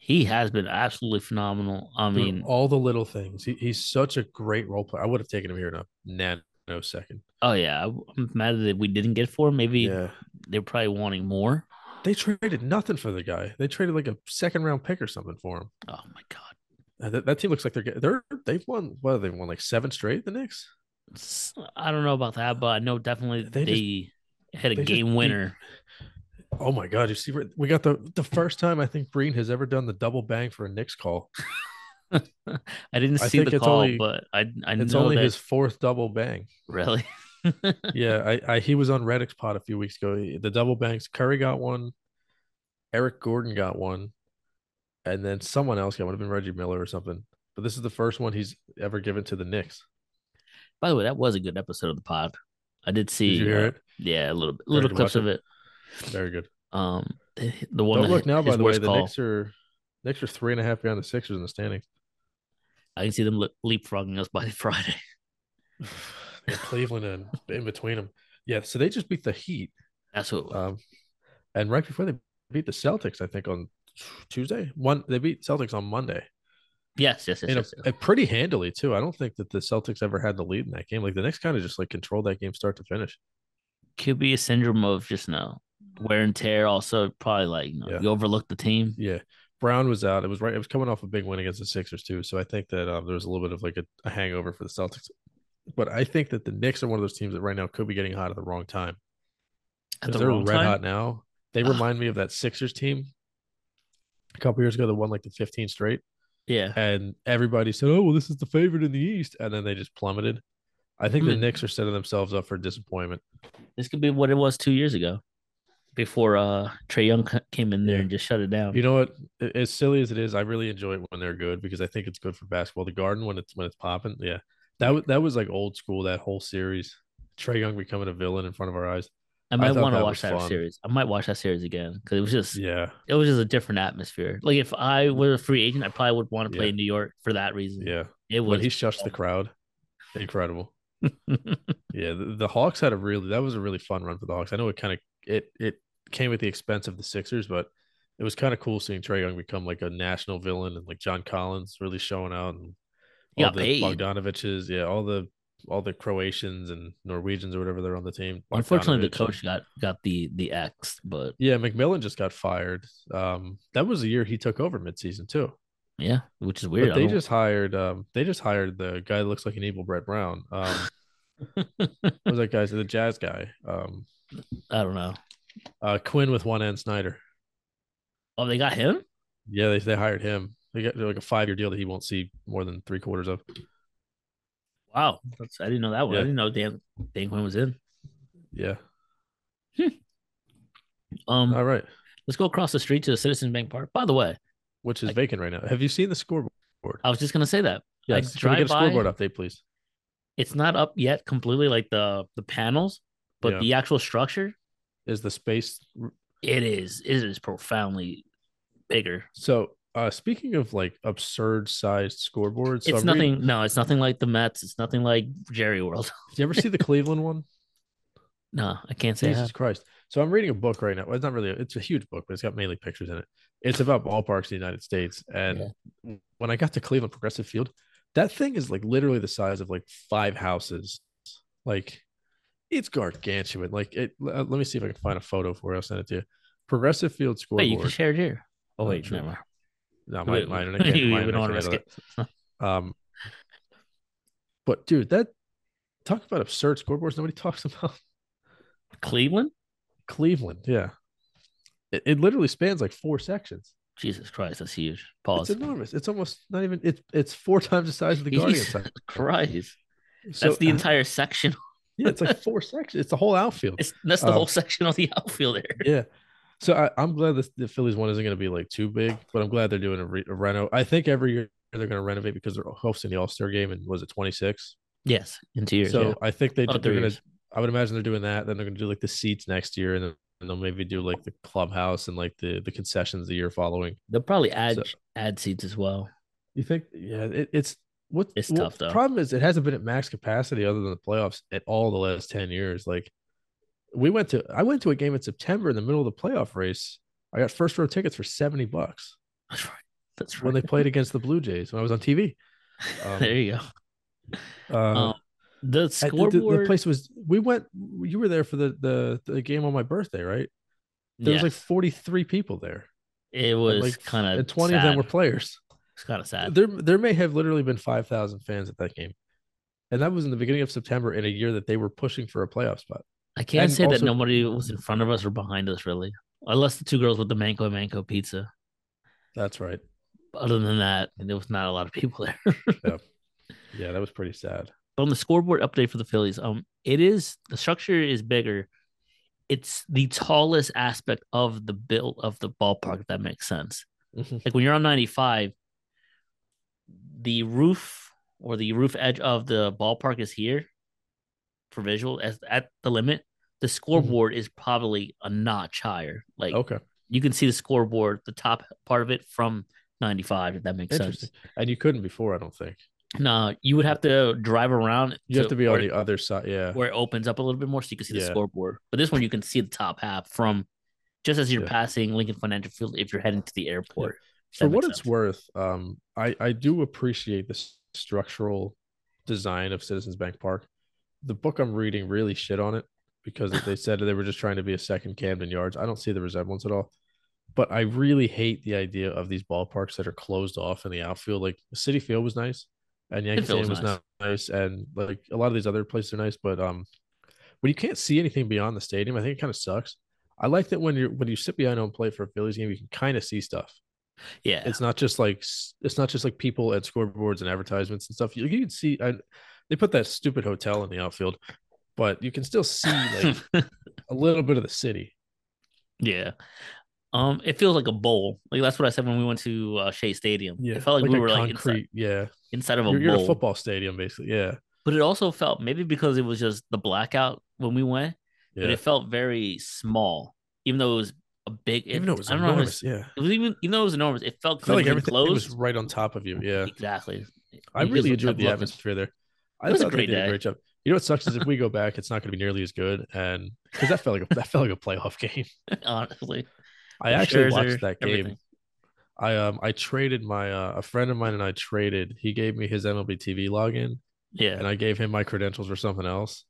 he has been absolutely phenomenal. I Doing mean, all the little things. He, he's such a great role player. I would have taken him here in a nanosecond. oh yeah, I- I'm mad that we didn't get four. Maybe Yeah, they're probably wanting more. they traded nothing for the guy. They traded like a second round pick or something for him. Oh my god, Uh, That, that team looks like they're get- they're they've won. What they've won like seven straight. The Knicks. It's- I don't know about that, but I know definitely They they, just- had a they just game beat- winner. Oh my God! You see, we got the the first time I think Breen has ever done the double bang for a Knicks call. I didn't I see think the it's call, only- but I I It's know only that his fourth double bang. really. Yeah, I, I he was on Reddick's pod a few weeks ago. The double bangs. Curry got one. Eric Gordon got one, and then someone else got one. It would have been Reggie Miller or something. But this is the first one he's ever given to the Knicks. By the way, that was a good episode of the pod. I did Did see. you hear uh, it? Yeah, a little little to clips watch of it. Very good. Um, the, the one. Don't that look now. his By the way, worst the call. Knicks are Knicks are three and a half behind the Sixers in the standings. I can see them le- leapfrogging us by Friday. They got Cleveland and in between them. Yeah, so they just beat the Heat. That's what. it was. Um, and right before they beat the Celtics, I think on Tuesday, one they beat Celtics on Monday, yes, yes, yes, and yes, yes. a, pretty handily too. I don't think that the Celtics ever had the lead in that game. Like the Knicks kind of just like controlled that game start to finish. Could be a syndrome of just no wear and tear. Also, probably like you, know, Yeah. you overlook the team. Yeah, Brown was out. It was right. It was coming off a big win against the Sixers too. So I think that um, there was a little bit of like a, a hangover for the Celtics. But I think that the Knicks are one of those teams that right now could be getting hot at the wrong time. At 'Cause the they're wrong red time. hot now. They Ugh. remind me of that Sixers team a couple years ago that won like the 15 straight. Yeah, and everybody said, "Oh, well, this is the favorite in the East," and then they just plummeted. I think the Hmm. Knicks are setting themselves up for disappointment. this could be what it was two years ago, before uh Trey Young c- came in there Yeah. and just shut it down. You know what? A- As silly as it is, I really enjoy it when they're good because I think it's good for basketball. The Garden when it's when it's popping, yeah. That was that was like old school. That whole series, Trey Young becoming a villain in front of our eyes. I I might thought want to that was watch that fun. series. I might watch that series again because it was just Yeah, it was just a different atmosphere. Like if I were a free agent, I probably would want to play Yeah. in New York for that reason. yeah. It When was he shushed the crowd, incredible. Yeah, the, the Hawks had a really that was a really fun run for the Hawks. I know it kind of it it came at the expense of the Sixers, but it was kind of cool seeing Trey Young become like a national villain and like John Collins really showing out and He all got the paid. Bogdanoviches, yeah, all the all the Croatians and Norwegians or whatever they're on the team. Unfortunately, the Bogdanovic. coach got got the the X, but Yeah, McMillan just got fired. Um, that was the year he took over midseason too. yeah, which is weird. But I they don't- just hired um they just hired the guy that looks like an evil Brett Brown. Um what was that guy? The jazz guy. Um I don't know. uh Quinn with one end Snyder. Oh, they got him. Yeah, they they hired him. They got like a five year deal that he won't see more than three quarters of. Wow, That's, I didn't know that one. I Yeah. didn't know Dan Dan Quinn was in. Yeah. Um, All right. let's go across the street to Citizens Bank Park. By the way, Which is I- vacant right now. Have you seen the scoreboard? I was just gonna say that Yes. Can we drive get a by- scoreboard update, please? it's not up yet completely, like the the panels, but Yeah. the actual structure Is the space it is it is profoundly bigger. so uh speaking of like absurd sized scoreboards, so it's I'm reading- nothing. no, it's nothing like the Mets. It's nothing like Jerry World. Did you ever see the Cleveland one? No, I can't say. I Jesus have. Christ. So I'm reading a book right now. Well, it's not really, it's a huge book, but it's got mainly pictures in it. It's about ballparks in the United States. And when I got to Cleveland Progressive Field, that thing is like literally the size of like five houses. Like it's gargantuan. Like it, l- uh, let me see if I can find a photo for you. I'll send it to you. Progressive Field Wait, you can scoreboard. share it here. Oh Oh, wait, true. never. No, Wait, mine, mine. I we- can't, we mine, don't I wanna can't risk handle that. Um, but dude, that talk about absurd scoreboards. Nobody talks about Cleveland. Cleveland. Yeah. It, it literally spans like four sections. Jesus Christ, that's huge. Pause. It's enormous. It's almost not even. It's it's four times the size of the Guardian Jesus side. Christ, So, that's the entire section. yeah. It's like four sections. It's the whole outfield. It's, that's the Um, whole section of the outfield there. Yeah. So I, I'm glad this, the Phillies one isn't going to be like too big, but I'm glad they're doing a, re- a reno. I think every year they're going to renovate because they're hosting the All Star game and was it 26? Yes, into your so I think they Oh, they're three going years. to. I would imagine they're doing that. Then they're going to do like the seats next year, and then and they'll maybe do like the clubhouse and like the the concessions the year following. They'll probably add So- add seats as well. You think? Yeah, it, it's what It's well, tough, though. Problem is, it hasn't been at max capacity other than the playoffs at all the last ten years. Like we went to, I went to a game in September in the middle of the playoff race. I got first row tickets for seventy bucks That's right. That's when right. they played against the Blue Jays when I was on TV. um, there you go. Uh, Um, The at the- the- scoreboard. the, place was. We went. You were there for the the, the game on my birthday, right? There was like yes, forty three people there. it was like, kind of and twenty of them were players. It's kind of sad. there there may have literally been 5,000 fans at that game. And that was in the beginning of September in a year that they were pushing for a playoff spot. I can't and say that also- nobody was in front of us or behind us really, unless the two girls with the mango mango pizza. That's right. But other than that, there was not a lot of people there. Yeah, that was pretty sad. But on the scoreboard update for the Phillies, um, it is the structure is bigger. It's the tallest aspect of the build of the ballpark. If that makes sense. Mm-hmm. Like when you're on 95, the roof or the roof edge of the ballpark is here for visual as at the limit. The Mm-hmm. scoreboard is probably a notch higher. Like Okay. you can see the scoreboard, the top part of it from 95, if that makes sense. Interesting. And you couldn't before, I don't think. No, you would have to drive around. You have to be where, on the other side. Yeah. where it opens up a little bit more so you can see the Yeah. scoreboard. But this one you can see the top half from just as you're Yeah. passing Lincoln Financial Field if you're heading to the airport. For that what makes it's sense. worth, um, I, I do appreciate the s- structural design of Citizens Bank Park. The book I'm reading really shit on it because they said they were just trying to be a second Camden Yards. I don't see the resemblance at all. But I really hate the idea of these ballparks that are closed off in the outfield. Like City Field was nice, and Yankee Field was Stadium was nice. not nice, and like a lot of these other places are nice. But um, when you can't see anything beyond the stadium, I think it kind of sucks. I like that when you are when you sit behind home plate for a Phillies game, you can kind of see stuff Yeah. it's not just like s- it's not just like people at scoreboards and advertisements and stuff. You, you can see I, they put that stupid hotel in the outfield, but you can still see like a little bit of the city. Yeah. Um, it feels like a bowl. Like that's what I said when we went to uh, Shea Stadium. It felt like, we a were like inside, concrete. yeah, inside of a you're, you're in bowl. a football stadium basically. Yeah, But it also felt maybe because it was just the blackout when we went. but it felt very small, even though it was a big. It, even though it was I don't know. how to enormous. Yeah. it was even even though it was enormous, it felt I felt like completely everything it was closed. right on top of you. Yeah. Exactly. I You just really looked enjoyed up, the looked. atmosphere there. I It was a thought they great did day. great job. You know what sucks is if we go back, it's not going to be nearly as good, and because that felt like a, that felt like a playoff game. Honestly, I actually Scherzer, watched that game. everything. I um I traded my uh, a friend of mine and I traded. He gave me his MLB TV login, Yeah, and I gave him my credentials for something else.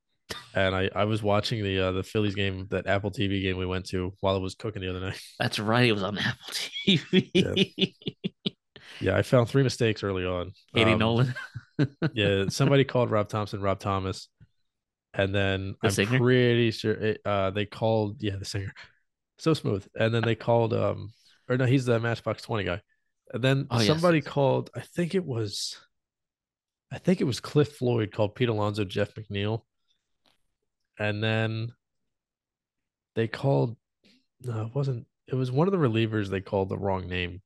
And I I was watching the uh, the Phillies game, that Apple TV game we went to while it was cooking the other night. that's right. It was on Apple TV. Yeah, I found three mistakes early on. Katie Um, Nolan. yeah, somebody called Rob Thompson, Rob Thomas, and then The I'm singer? pretty sure it, uh, they called yeah the singer, so smooth, and then they called um or no he's the Matchbox Twenty guy, and then Oh, yes, somebody yes. called I think it was, I think it was Cliff Floyd called Pete Alonso Jeff McNeil, and then they called no it wasn't it was one of the relievers they called the wrong name.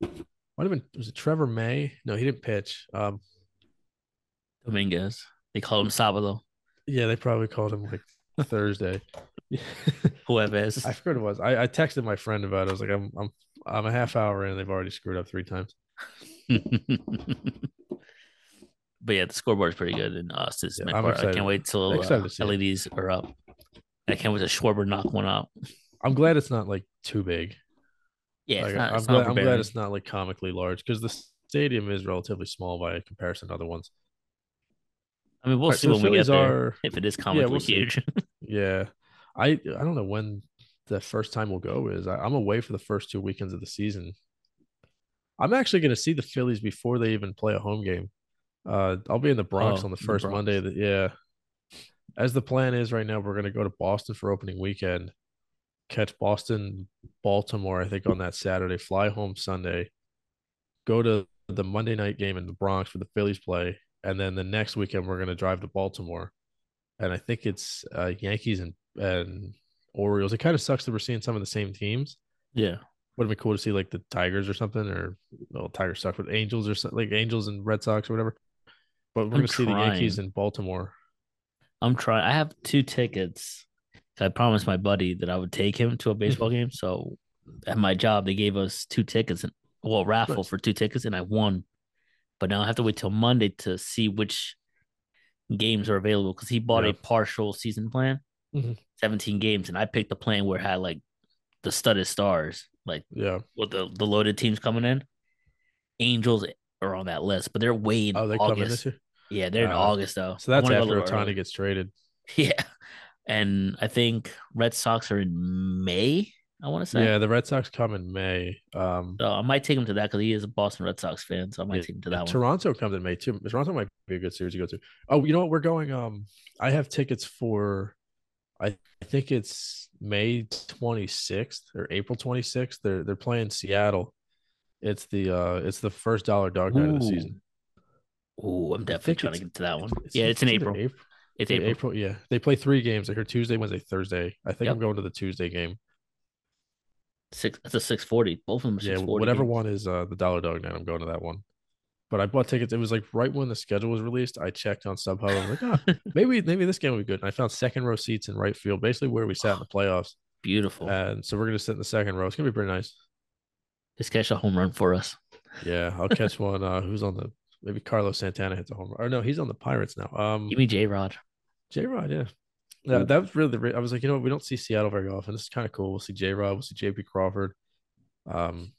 Might have been was it Trevor May? No, he didn't pitch. Um, Dominguez. They call him Sabado. Yeah, they probably called him like Thursday. Whoever it is. I forgot it was. I, I texted my friend about it. I was like, I'm I'm I'm a half hour in. They've already screwed up three times. but yeah, the scoreboard's pretty good in uh, Citizen Yeah, Bank I'm Park. I excited. can't wait till Excited uh, to see it. LEDs are up. I can't wait to Schwarber knock one out. I'm glad it's not like too big. Yeah, Like, it's not, I'm, it's glad, not I'm glad overbearing. it's not like comically large because the stadium is relatively small by comparison to other ones. I mean, we'll Alright, see so the when we Phillies get there. are if it is comically we'll see. huge. yeah. I I don't know when the first time we'll go is. I, I'm away for the first two weekends of the season. I'm actually going to see the Phillies before they even play a home game. Uh, I'll be in the Bronx Oh, on the the first Bronx. Monday. That, yeah. As the plan is right now, we're going to go to Boston for opening weekend, catch Boston, Baltimore, I think on that Saturday, fly home Sunday, go to the Monday night game in the Bronx where the Phillies play. And then the next weekend, we're going to drive to Baltimore. And I think it's uh, Yankees and, and Orioles. It kind of sucks that we're seeing some of the same teams yeah, would have been cool to see like the Tigers or something, or well, Tigers suck with Angels or something, like Angels and Red Sox or whatever. But we're going to see the Yankees in Baltimore. I'm trying. I have two tickets. I promised my buddy that I would take him Mm-hmm. to a baseball game. So at my job, they gave us two tickets and well raffle Nice. for two tickets, and I won. But now I have to wait till Monday to see which games are available because he bought Yeah. a partial season plan, Mhm. 17 games, and I picked the plan where it had like the studded stars, like Yeah. with the, the loaded teams coming in. Angels are on that list, but they're way in Oh, they come in August. this year. Yeah, they're in Uh, August though. So I that's wanna go a after little early. Otani gets traded. Yeah. And I think Red Sox are in May, I want to say. Yeah, the Red Sox come in May. Um, So I might take him to that because he is a Boston Red Sox fan. So I might Yeah, uh, take him to that one. Toronto comes in May too. Toronto might be a good series to go to. Oh, you know what? We're going. Um, I have tickets for. I I think it's May 26th or April 26th. They're they're playing Seattle. It's the uh it's the first dollar dog night of the Ooh. season. Ooh, I'm definitely think trying to it's- get to that one. It's- yeah, it's in either April. It's April. April. Yeah, they play three games. I hear Tuesday, Wednesday, Thursday. I think Yep. I'm going to the Tuesday game. Six. That's a six forty. Both of them. Are Yeah, 640 whatever games. one is uh, the Dollar Dog night, I'm going to that one. But I bought tickets. It was like right when the schedule was released. I checked on StubHub. I'm like, ah, maybe maybe this game will be good. And I found second row seats in right field, basically where we sat in the playoffs. Beautiful. And so we're gonna sit in the second row. It's gonna be pretty nice. Just catch a home run for us. Yeah, I'll catch one. Uh, who's on the maybe Carlos Santana hits a home run? Or no, he's on the Pirates now. Um, Give me J Rod. J Rod, yeah. Yeah, that was really the. re- I was like, you know, what? we don't see Seattle very often. This is kind of cool. We'll see J Rod. We'll see JP Crawford. Um,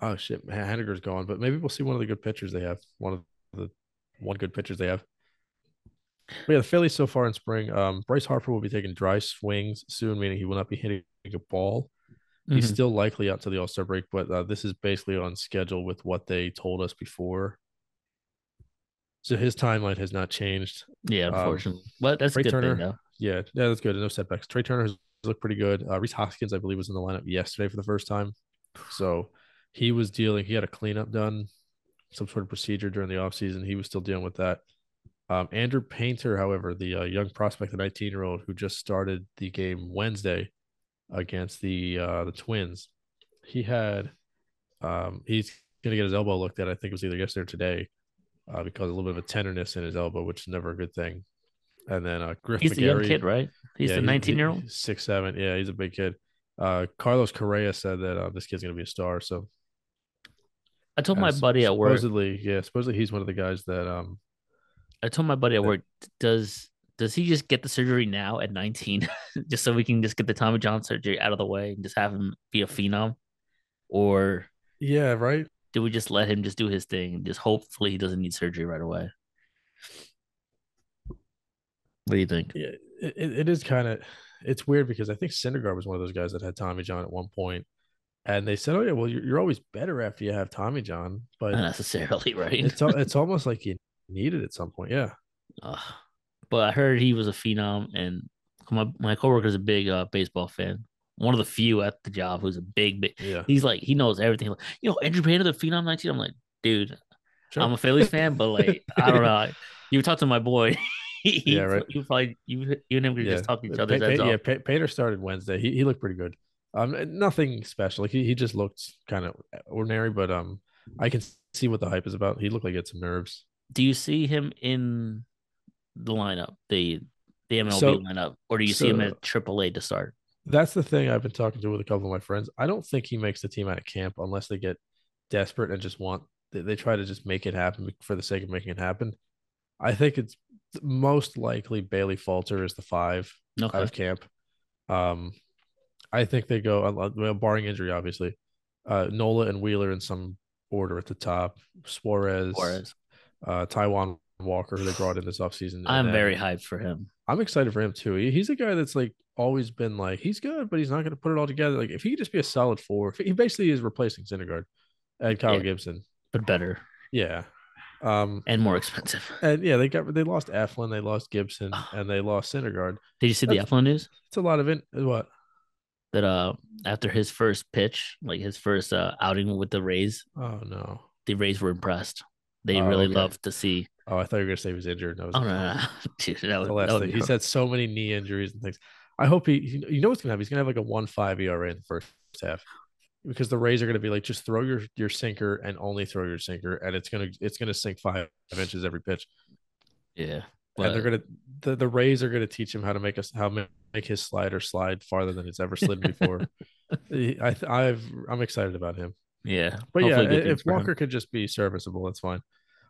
oh shit, Ha- Haniger's gone, but maybe we'll see one of the good pitchers they have. One of the one good pitchers they have. But yeah, the Phillies so far in spring. Um, Bryce Harper will be taking dry swings soon, meaning he will not be hitting a ball. Mm-hmm. He's still likely out to the All Star break, but uh, this is basically on schedule with what they told us before. So his timeline has not changed. Mm-hmm. Yeah, um, unfortunately. but that's a Trey good Turner. thing though. Yeah, yeah, that's good. No setbacks. Trey Turner has looked pretty good. Uh, Reese Hoskins, I believe, was in the lineup yesterday for the first time. So he was dealing. He had a cleanup done, some sort of procedure during the offseason. He was still dealing with that. Um, Andrew Painter, however, the uh, young prospect, the 19 year old who just started the game Wednesday against the uh, the Twins, he had um, he's going to get his elbow looked at. I think it was either yesterday or today uh, because a little bit of a tenderness in his elbow, which is never a good thing. and then uh, Griff He's the young McGarry- kid, right? He's yeah, the 19 year old. he's six seven. Yeah, he's a big kid. Uh, Carlos Correa said that uh, this kid's gonna be a star. So I told uh, my s- buddy at work. supposedly, yeah, supposedly he's one of the guys that um I told my buddy at that- work. Does does he just get the surgery now at 19, just so we can just get the Tommy John surgery out of the way and just have him be a phenom, or yeah right do we just let him just do his thing? and Just hopefully he doesn't need surgery right away. What do you think? yeah it, it it is kind of it's weird because I think Syndergaard was one of those guys that had Tommy John at one point, and they said, oh yeah, well you're, you're always better after you have Tommy John, but Not necessarily, right? it's al- it's almost like you need it at some point. Yeah, Ugh. but I heard he was a phenom, and my my coworker's a big uh, baseball fan. One of the few at the job who's a big, big. yeah. He's like he knows everything. Like, you know, Andrew Painter, the phenom nineteen. I'm like, dude, Sure. I'm a Phillies fan, but like, I don't know. Like, You talk to my boy. he- Yeah, right. You probably you you and him could just talk to each other. Pa- That's Pa- all. yeah, Pa- Painter started Wednesday. He he looked pretty good. Um, n- nothing special. Like he, he just looked kind of ordinary, but um, I can see what the hype is about. He looked like he had some nerves. Do you see him in the lineup, the the MLB So- lineup, or do you see him so- at AAA to start? That's the thing I've been talking to with a couple of my friends. I don't think he makes the team out of camp unless they get desperate and just want. They, they try to just make it happen for the sake of making it happen. I think it's most likely Bailey Falter is the five. out Okay. of camp. Um, I think they go unlo- well, barring injury, obviously. Uh, Nola and Wheeler in some order at the top. Suarez, Suarez. Uh, Taiwan Walker, who they brought in this offseason. and I'm then- very hyped for him. I'm excited for him too. He- He's a guy that's like always been like he's good, but he's not going to put it all together. Like if he could just be a solid four, if he basically is replacing Syndergaard and Kyle Yeah. Gibson. But better Yeah. Um, and more expensive. and yeah, they got they lost Eflin, they lost Gibson, and they lost Syndergaard. Did you see the That's- Eflin news? It's a lot of it. What? That uh after his first pitch, like his first uh outing with the Rays, Oh no. the Rays were impressed. They Oh, really okay. love to see. Oh, I thought you were gonna say he was injured. and I was Oh like, no, no, no. dude, that was, the last that would thing. be He's hard. had so many knee injuries and things. I hope he. he- You know what's gonna happen? He's gonna have like a one five ERA in the first half because the Rays are gonna be like, just throw your your sinker and only throw your sinker, and it's gonna it's gonna sink five inches every pitch. yeah. and But they're gonna the, the Rays are gonna teach him how to make us how ma- make his slider slide farther than it's ever slid before. He- I th- I've I'm excited about him. yeah, But hopefully yeah, good i- things if for him. Walker could just be serviceable, that's fine.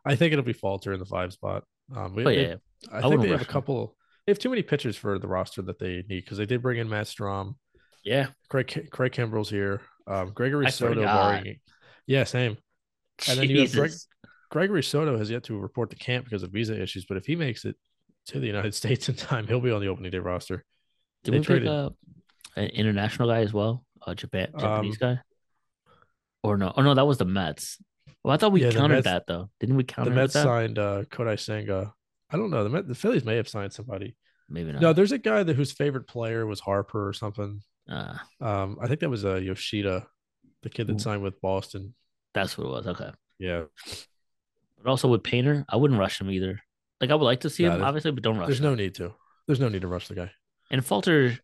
I think it'll be Falter in the five spot. Um, we, But they- yeah, I, I think wouldn't they have a rush him. couple. They have too many pitchers for the roster that they need because they did bring in Matt Strom, yeah. Craig Craig Kimbrell's here, um, Gregory I Soto. forgot. Barring, yeah, same. And then you have Greg- Jesus. Gregory Soto has yet to report to camp because of visa issues, but if he makes it to the United States in time, he'll be on the opening day roster. Did they we pick traded- up an international guy as well? A Japan Japanese Um, guy? Or no? Oh no, that was the Mets. Well, I thought we Yeah, the countered Mets- that though. Didn't we counter the Mets that? signed uh, Kodai Senga. I don't know. The, Met, the Phillies may have signed somebody. Maybe No, not. there's a guy that whose favorite player was Harper or something. uh, Um, I think that was uh, Yoshida, the kid Ooh. that signed with Boston. that's what it was. Okay. Yeah, But also with Painter, I wouldn't rush him either. Like I would like to see Nah, him, there's- obviously, but don't rush there's him. no need to. There's no need to rush the guy. and Falter,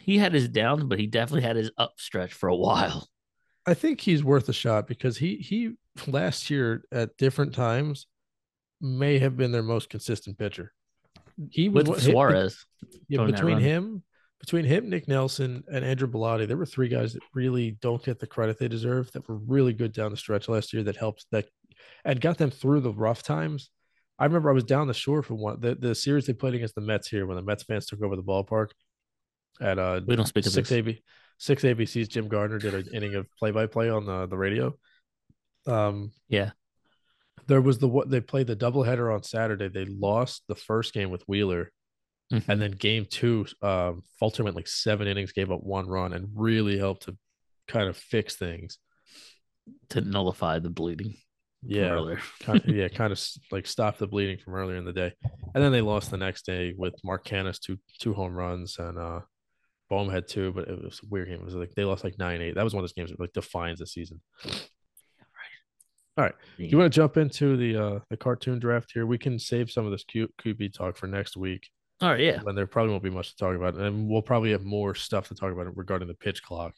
he had his downs, but he definitely had his upstretch for a while. I think he's worth a shot because he he last year at different times may have been their most consistent pitcher. He was With what- hit- Suarez. yeah, during that between run. him, between him, Nick Nelson, and Andrew Bellotti, there were three guys that really don't get the credit they deserve that were really good down the stretch last year that helped that and got them through the rough times. I remember I was down the shore for one the, the series they played against the Mets here when the Mets fans took over the ballpark at uh We don't speak of six this. AB, six ABC's Jim Gardner did an inning of play by play on the, the radio. Um, Yeah. there was the what they played the doubleheader on Saturday. They lost the first game with Wheeler, Mhm. and then game two, um, Falter went like seven innings, gave up one run, and really helped to kind of fix things. to nullify the bleeding. from Yeah, Earlier. kind of, yeah, kind of s- like stopped the bleeding from earlier in the day, and then they lost the next day with Mark Cannis two two home runs and uh, Bohm had two, but it was a weird game. It was like they lost like nine eight. That was one of those games that like defines the season. Do you want to jump into the uh, the cartoon draft here? We can save some of this Q- QB talk for next week All right. Yeah. when there probably won't be much to talk about, and we'll probably have more stuff to talk about regarding the pitch clock.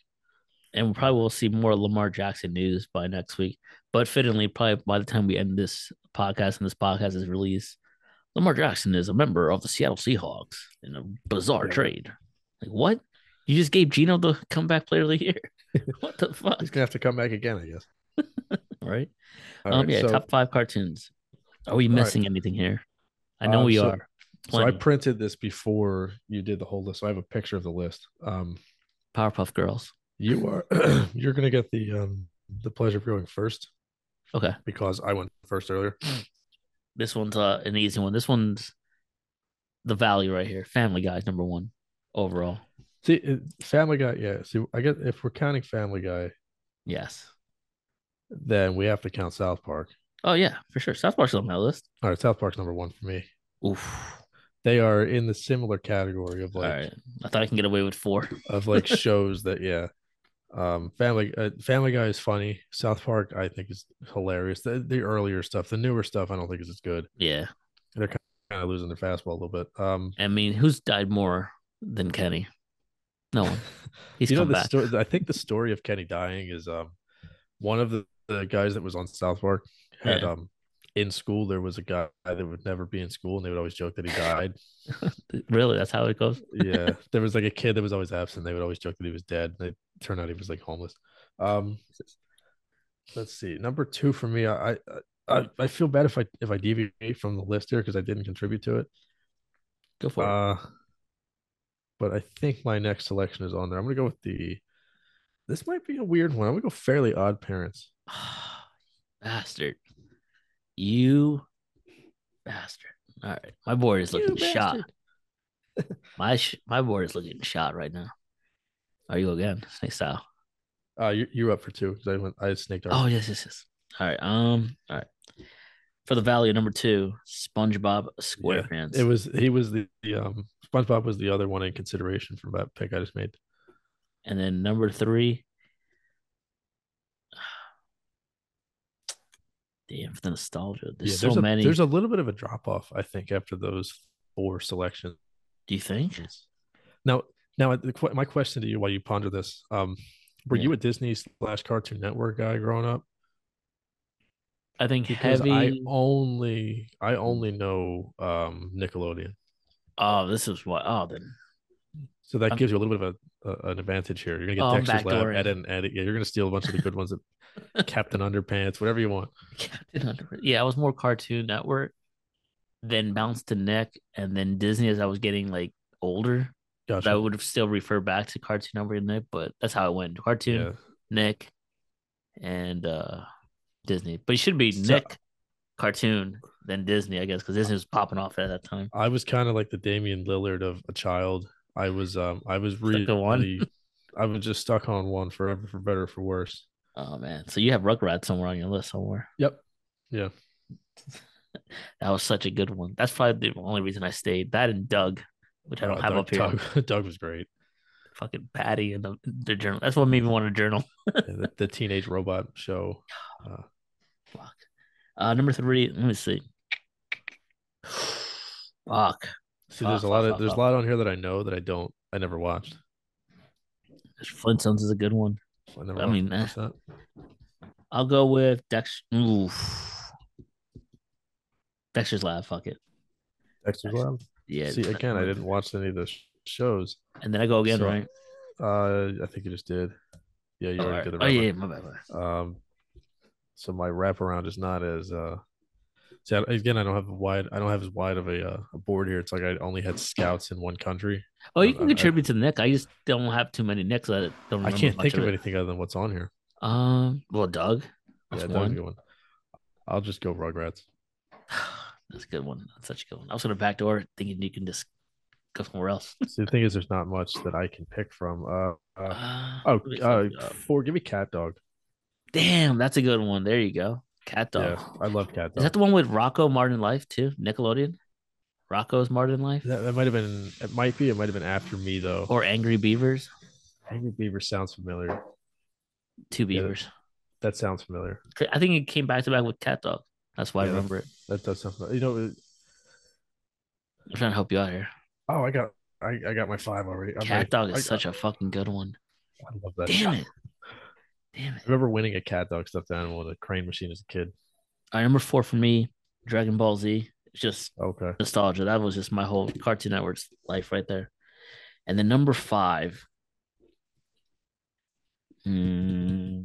and we probably will see more Lamar Jackson news by next week. But fittingly, probably by the time we end this podcast and this podcast is released, Lamar Jackson is a member of the Seattle Seahawks in a bizarre Yeah. trade. Like what? You just gave Gino the comeback player of the year. what the fuck? He's gonna have to come back again, I guess. Right? All um, right, yeah, so, top five cartoons. Are we All right. missing anything here? I know Um, we so- are. so I Plenty. printed this before you did the whole list. So I have a picture of the list. Um, Powerpuff Girls. you are you're gonna get the um the pleasure of going first Okay. because I went first earlier. This one's uh, an easy one. This one's the value right here. Family Guy's number one overall. See, it- Family Guy, yeah. See, I guess if we're counting Family Guy, Yes. then we have to count South Park. Oh yeah, for sure. South Park's on my list. All right, South Park's number one for me. Oof. They are in the similar category of All like right. I thought I can get away with four. of like shows that yeah um family uh, family guy is funny south park i think is hilarious the, the earlier stuff the newer stuff i don't think is as good Yeah. kind of losing their fastball a little bit um I mean, who's died more than Kenny? No one. He's you know come the back. story i think the story of kenny dying is um one of the, the guys that was on south park had Yeah. um in school there was a guy that would never be in school and they would always joke that he died really, that's how it goes. yeah there was like a kid that was always absent they would always joke that he was dead and it turned out he was like homeless um let's see number two for me i i i, I feel bad if i if i deviate from the list here because i didn't contribute to it Go for it. uh but i think my next selection is on there i'm gonna go with the this might be a weird one i'm gonna go fairly odd parents Uh, bastard. You bastard. All right. My board is You looking shot. bastard. my sh- my board is looking shot right now. Are you again? Snake style. uh you, you're up for two because i went i snaked Oh out yes, yes, yes. All right. Um, all right. For the value number two, SpongeBob SquarePants. it was he was the, the um spongebob was the other one in consideration for that pick i just made And then number three. Damn, for the nostalgia. There's yeah, so there's a, many. There's a little bit of a drop off, I think, after those four selections. Do you think? Now, now, the que- my question to you, while you ponder this, um, were Yeah. you a Disney slash Cartoon Network guy growing up? I think Because heavy. Mm. I only, I only know um, Nickelodeon, Oh, this is what. Oh, then. so that I'm- gives you a little bit of a, a an advantage here. You're gonna get Oh, I'm Dexter's Lab, backdooring. Ed and Eddy. Yeah, you're gonna steal a bunch of the good ones, that Captain Underpants, whatever you want. Captain Underwood. Yeah, I was more Cartoon Network, then Bounce to Neck, and then Disney as I was getting like older. But I Gotcha. would have still refer back to Cartoon Network and Nick, but that's how it went. Cartoon Yeah. Nick, and uh Disney. But it should be So- Nick, cartoon, then Disney, I guess, because Disney was popping off at that time. I was kind of like the Damian Lillard of a child. I was um I was Stuck on one? really I was just stuck on one forever for better or for worse. Oh man, so you have Rugrats somewhere on your list somewhere. Yep. That was such a good one. That's probably the only reason I stayed. That and Doug, which I don't Uh, have Doug, up here. Doug, Doug was great. Fucking Patty and the, the journal. That's what made me want to journal. Yeah, the, the teenage robot show. Fuck. Uh, number three. Let me see. Fuck. See, there's a Fuck, lot fuck, of there's a fuck, lot on here that I know that I don't I never watched. Flintstones is a good one. I never I watched mean, eh. that. I'll go with Dex. Ooh. Dexter's Lab. Fuck it. Dexter's Lab. Yeah. See, it's- again, I didn't watch any of the sh- shows. And then I go again, So- right? Uh, I think you just did. Yeah, you Oh, already alright. did. Oh, a yeah, my bad. my bad. Um, so my wraparound is not as uh. See, I, again, I don't have a wide. I don't have as wide of a, uh, a board here. It's like I only had scouts in one country. Oh, you I- can I- contribute to the Nick. I just don't have too many Nicks. I don't. Remember I can't much think of it. anything other than what's on here. Um. Well, Doug. That's yeah, that was a one. good one. I'll just go Rugrats. That's a good one. That's such a good one. I was gonna backdoor it, thinking you can just go somewhere else. See, the thing is, there's not much that I can pick from. Uh, uh Uh, oh, let me uh, think, uh, four. Give me Cat Dog. damn, that's a good one. There you go. Cat dog. Yeah, I love Cat Is Dog. that the one with Rocco Martin Life too? Nickelodeon. Rocco's Martin Life that, that might have been. It might be. It might have been after me though. or Angry Beavers. Angry Beaver sounds familiar. Two Yeah. beavers. That sounds familiar. I think it came back to back with Cat Dog. That's why I Yeah. remember it. That does sound. familiar. You know, I'm trying to help you out here. Oh, I got I, I got my five already. I'm Cat ready. Dog is I- such a fucking good one. I love that. Damn I it. Damn it. remember winning a cat dog stuffed animal with a crane machine as a kid. All right, number four for me, Dragon Ball Z It's just Okay. nostalgia. That was just my whole Cartoon Network's life right there. And then number five. Hmm.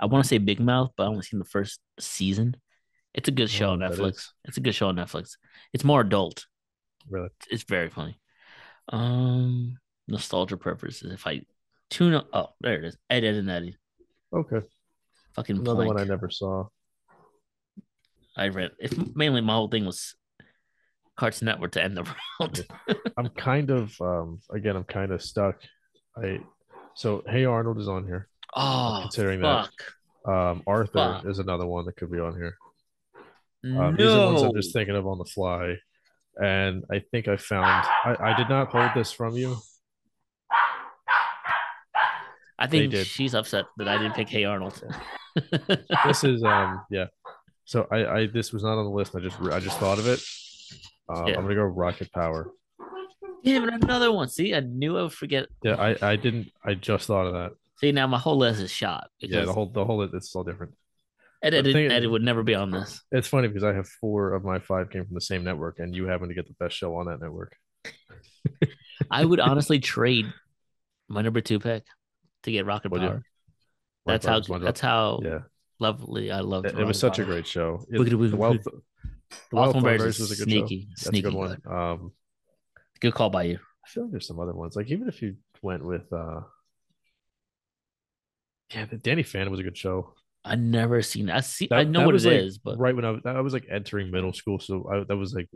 I want to say Big Mouth, but I only seen the first season. It's a good show Oh, on that Netflix. is- It's a good show on Netflix. It's more adult. Really? It's very funny. Um, nostalgia preferences. If I tune up, oh, there it is. Ed, Ed, and Eddie. Okay. Fucking Another blank. one I never saw. I read. It's mainly my whole thing was Cartoon Network to end the world. I'm kind of um again, I'm kind of stuck. I so Hey Arnold is on here. oh, considering that. fuck. Um Arthur Fuck. is another one that could be on here. No. Um, These are ones I'm just thinking of on the fly. And I think I found I, I did not hold this from you. I they think did. she's upset that I didn't pick Hey Arnold. This is um yeah. So I, I this was not on the list. I just I just thought of it. Um, Yeah. I'm gonna go Rocket Power. Damn it, another one. See, I knew I would forget. Yeah, I, I didn't I just thought of that. See, now my whole list is shot because Yeah, the whole the whole it's all different. Ed, the Ed, thing- Ed would never be on this. It's funny because I have four of my five came from the same network, and you happen to get the best show on that network. I would honestly trade my number two pick to get Rocket Would you? Power. My That's how. brother's one of- That's how yeah, lovely I loved. it, it was Rocket such a Power. great show. It, Wiggity wiggity the Wild, wiggity. the Wild Austin Bears Thornberrys is was a good show. sneaky, That's a sneaky. good one. good. Um, Good call by you. I feel like there's some other ones. Like even if you went with, uh yeah, the Danny Phantom was a good show. I never seen. It. I see. That- I know that what it is, was like but Right when I was, I was like entering middle school, so I, that was like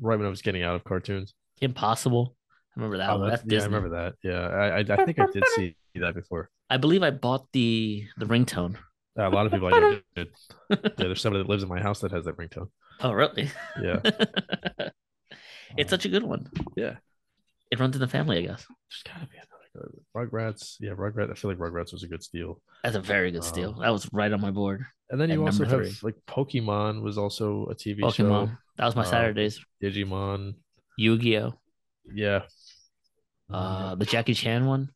right when I was getting out of cartoons. Impossible. I remember that Oh, one. that's- That's yeah, I Disney. I, remember that. Yeah, I, I, I think I did see that before. believe I bought the the ringtone. Uh, a lot of people I know did. Yeah, there's somebody that lives in my house that has that ringtone. Oh, really? Yeah, it's such a good one. Oh. yeah. It runs in the family, I guess. There's gotta be another good Rugrats. Yeah, Rugrats. I feel like Rugrats was a good steal. That's a very Oh. good steal. That was right on my board. And then you And also have number like Pokemon was also a TV Pokemon. show. That was my Um, Saturdays. Digimon. Yu Gi Oh. Yeah. Uh, the Jackie Chan one.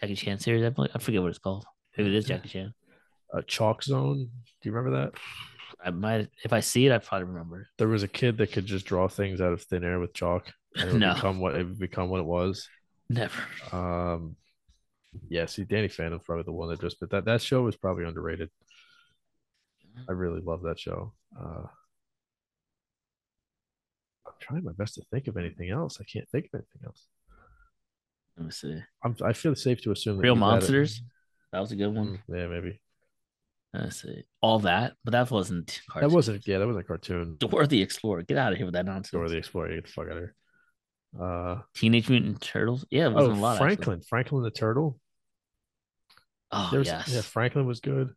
Jackie Chan series. I believe. I forget what it's called. Maybe it is Jackie Chan. Uh, Chalk Zone. Do you remember that? I might. If I see it, I probably remember There was a kid that could just draw things out of thin air with chalk. And it would No. become what it would become what it was. it. Never. Um, yeah. See, Danny Phantom's probably the one that just. But that that show was probably underrated. I really love that show. Uh, I'm trying my best to think of anything else. I can't think of anything else. Let me see. I'm, I feel safe to assume that Real you had it. Monsters. That was a good one. Mm, Yeah, maybe Let's see. All that, but that wasn't. that cartoon. wasn't. Yeah, that wasn't a cartoon. Dora the Explorer. Get out of here with that nonsense. Or the Explorer. Get the fuck out of here. Uh, Teenage Mutant Turtles. Yeah, it wasn't a oh, lot. actually. Franklin. Franklin the Turtle. Oh There was- yes, Yeah, Franklin was good.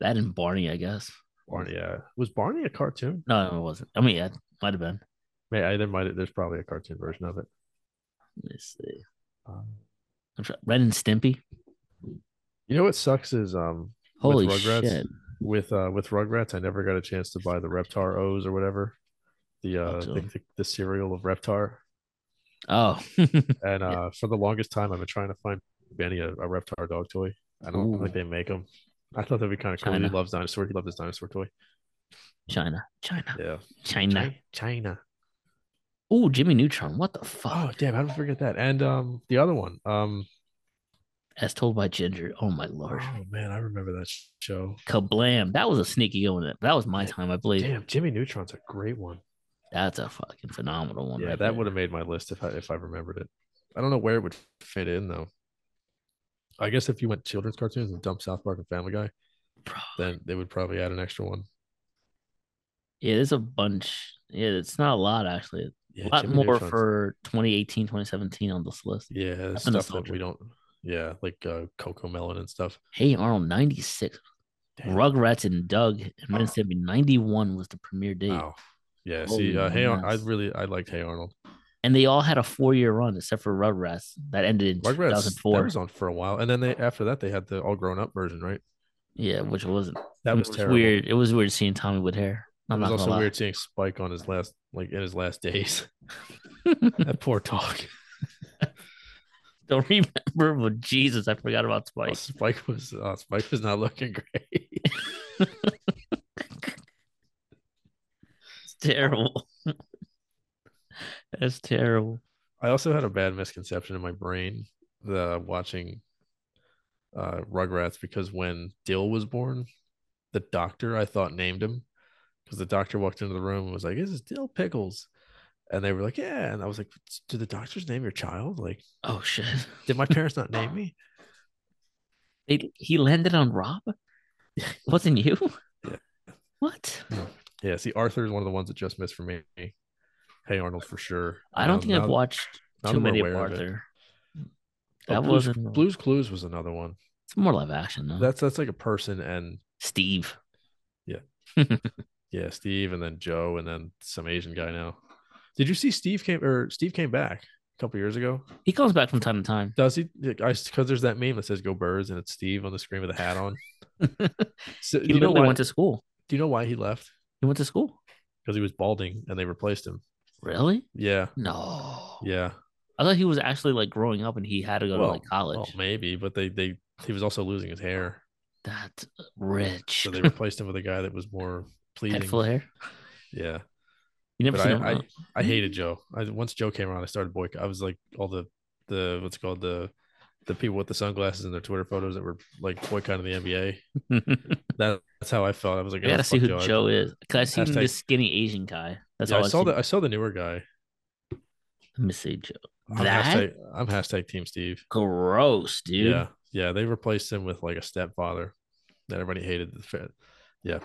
that and Barney, I guess. Barney. Yeah, was Barney a cartoon? No, no, it wasn't. I mean, yeah, it might have been. May I, there might. There's probably a cartoon version of it. Let's see. Um, I'm try- Ren and Stimpy. you know what sucks is um Holy Rugrats? shit! with uh with Rugrats, I never got a chance to buy the Reptar O's or whatever. The uh Gotcha. the, the, the cereal of Reptar. Oh, And Yeah. uh for the longest time I've been trying to find Benny a, a Reptar dog toy. I don't Ooh. think they make them. I thought that'd be kind of cool. China. He loves dinosaur. He loved his dinosaur toy. China, China, Yeah. China. Chi- China. Oh, Jimmy Neutron. What the fuck? Oh damn, how did I forget that? And um the other one. Um As told by Ginger. Oh my lord. oh man, I remember that sh- show. Kablam. That was a sneaky good one. That was my time, I believe. Damn, Jimmy Neutron's a great one. That's a fucking phenomenal one. Yeah, that right there. would have made my list if I if I remembered it. I don't know where it would fit in though. I guess if you went children's cartoons and dumped South Park and Family Guy, Bro. then they would probably add an extra one. Yeah, there's a bunch. Yeah, it's not a lot actually. Yeah, A lot Jimmy more Neutron's- for 2018, 2017 on this list. yeah that's stuff that nostalgia. we don't. Yeah, like uh, Coco Melon and stuff. Hey Arnold, 96. Damn. Oh. Rugrats and Doug and Ren and Stimpy, 91 was the premiere date. Wow. Yeah. See, Holy uh, hey, Ar- I mess. really I liked Hey Arnold. And they all had a four year run except for Rugrats that ended in Rugrats that 2004. was on for a while, and then they after that they had the all grown up version, right? yeah, which wasn't. That it was, terrible. weird. It was weird seeing Tommy with hair. I'm it was not also gonna weird seeing Spike on his last like in his last days. lie. that poor dog. Don't remember, but Jesus, I forgot about Oh, Spike. Spike was uh, Spike was not looking great. terrible. That's terrible. I also had a bad misconception in my brain the watching uh Rugrats because when Dill was born, the doctor I thought named him because the doctor walked into the room and was like, "This is Dill Pickles," and they were like, "Yeah," and I was like, "Do the doctors name your child? Like, Oh shit! did my parents not name me?" It, he landed on Rob. Wasn't you? Yeah. What? Yeah, see, Arthur is one of the ones that just missed for me. Hey Arnold, for sure. I don't Now- think I've now- watched now too that we're many of aware of it. Arthur. Oh, That Blue's, wasn't Blue's Clues was another one. It's more live action though. That's that's like a person and Steve. yeah, Steve and then Joe and then some Asian guy now. Did you see Steve came or Steve came back a couple years ago? He comes back from time to time. Does he? Because there's that meme that says "Go Birds" and it's Steve on the screen with a hat on. So, he do you know literally why? went to school. do you know why he left? He went to school. Because he was balding and they replaced him. Really? Yeah, No. yeah. I thought he was actually like growing up and he had to go Well, to like college. Well, maybe, but they they he was also losing his hair, That's rich. so they replaced him with a guy that was more Head pleasing. full of hair. Yeah, You never but seen him. Mm-hmm. I, I huh? I hated Joe. I once Joe came around, I started boycott. I was like all the the what's it called the the people with the sunglasses and their Twitter photos that were like boycotting the NBA. That, that's how I felt. I was like, I "Oh, gotta see fuck who Joe is. Cause I seen Hashtag- this skinny Asian guy. That's Yeah, all I saw seen. the I saw the newer guy. Let me see Joe. I'm That hashtag, I'm hashtag Team Steve. gross, dude. Yeah, yeah. They replaced him with like a stepfather that everybody hated. The fit. I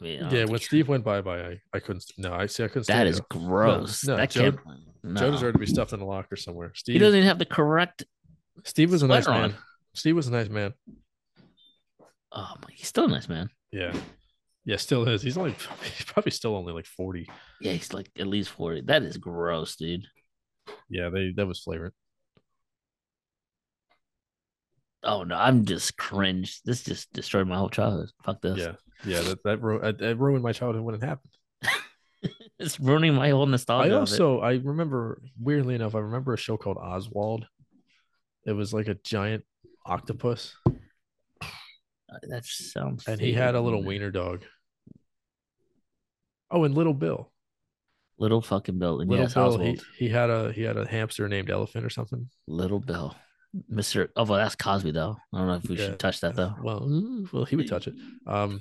mean, I Yeah, don't when think- Steve went bye bye, I, I couldn't. No, I see. I couldn't. that stand is Joe. gross. no, that Joe- kid. No. Joe deserved to be stuffed in a locker somewhere. Steve. he doesn't even have the correct. Steve was a nice sweater man. on. Steve was a nice man. Oh, my, he's still a nice man. Yeah, yeah. Still is. He's only. He's probably still only like forty. Yeah, he's like at least forty. That is gross, dude. Yeah, they that was flagrant. Oh no, I'm just cringe. This just destroyed my whole childhood. Fuck this. Yeah, yeah. That that, ru- that- that ruined my childhood when it happened. it's ruining my whole nostalgia. I of it. also I remember weirdly enough, I remember a show called Oswald. It was like a giant octopus, Uh, that sounds. and he had a little weird. wiener dog. Oh, and Little Bill. Little fucking Bill. And Little yes, Bill. He, Oswald. he had a he had a hamster named Elephant or something. Little Bill. Mr. Oh, well, that's Cosby, though. I don't know if we Yeah. should touch that, though. Well, mm, well, he would touch it. Um,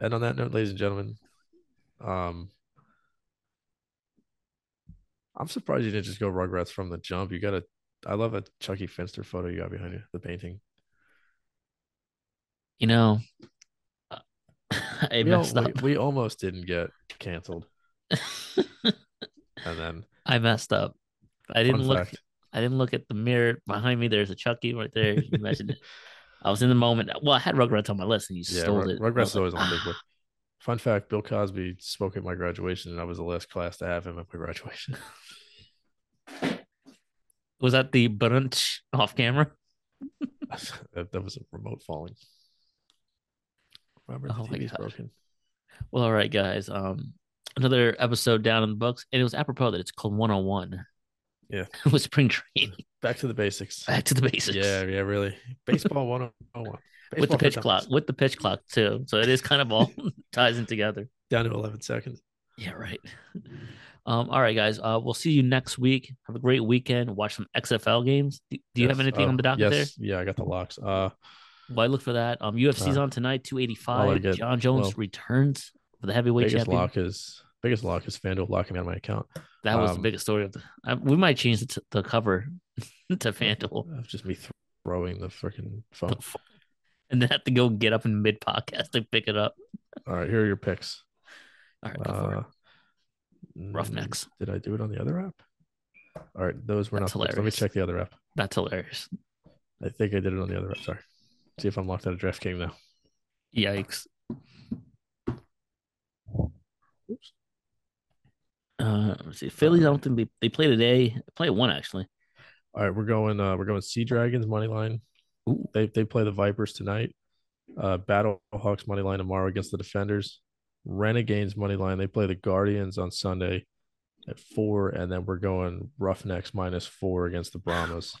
and on that note, ladies and gentlemen, um, I'm surprised you didn't just go Rugrats from the jump. You got a, I love a Chucky Finster photo you got behind you, the painting. You know, uh, I we, al- messed we- up. we almost didn't get canceled, and then I messed up. I fun didn't look. fact, I didn't look at the mirror behind me. There's a Chucky right there. You can imagine it. I was in the moment. Well, I had Rugrats on my list, and you yeah, stole Rug- it. I Rugrats was is always like, on the big "Ah." board. Fun fact: Bill Cosby spoke at my graduation, and I was the last class to have him at my graduation. Was that the brunch off camera? that, that was a remote falling. Robert, the Oh my TV's gosh. broken. Well, all right, guys. Um, another episode down in the books, and it was apropos that it's called 101. Yeah. with spring training. Back to the basics. Back to the basics. Yeah, yeah, really. Baseball 101. with Baseball the for pitch dummies. clock, with the pitch clock too. So it is kind of all ties in together. Down to 11 seconds. Yeah, right. Um, all right, guys. Uh, we'll see you next week. Have a great weekend. Watch some XFL games. Do, do you have Yes, anything uh, on the docket yes, Yeah, I got the locks. Uh, there? Well, I look for that. Um, UFC's on tonight, two eighty I'll five. get- John Jones well, returns for the heavyweight biggest champion. lock is biggest lock is FanDuel locking me out of my account. That was um, the biggest story of the. I, we might change the, t- the cover to FanDuel. Of just me throwing the freaking phone. and then have to go get up in mid podcast to pick it up. All right, here are your picks. All right, go for it. Uh, Roughnecks. Did I do it on the other app? All right, those were That's not. the picks. Let me hilarious. check the other app. That's hilarious. I think I did it on the other app. Sorry. See if I'm locked out of DraftKings now. Yikes. Uh, let's see. Phillies, I don't think they, they play today. Play at one actually. All right, we're going. Uh, we're going Sea Dragons money line. Ooh. They they play the Vipers tonight. Uh, Battlehawks money line tomorrow against the Defenders. Renegades money line. They play the Guardians on Sunday at four, and then we're going Roughnecks minus four against the Brahmas.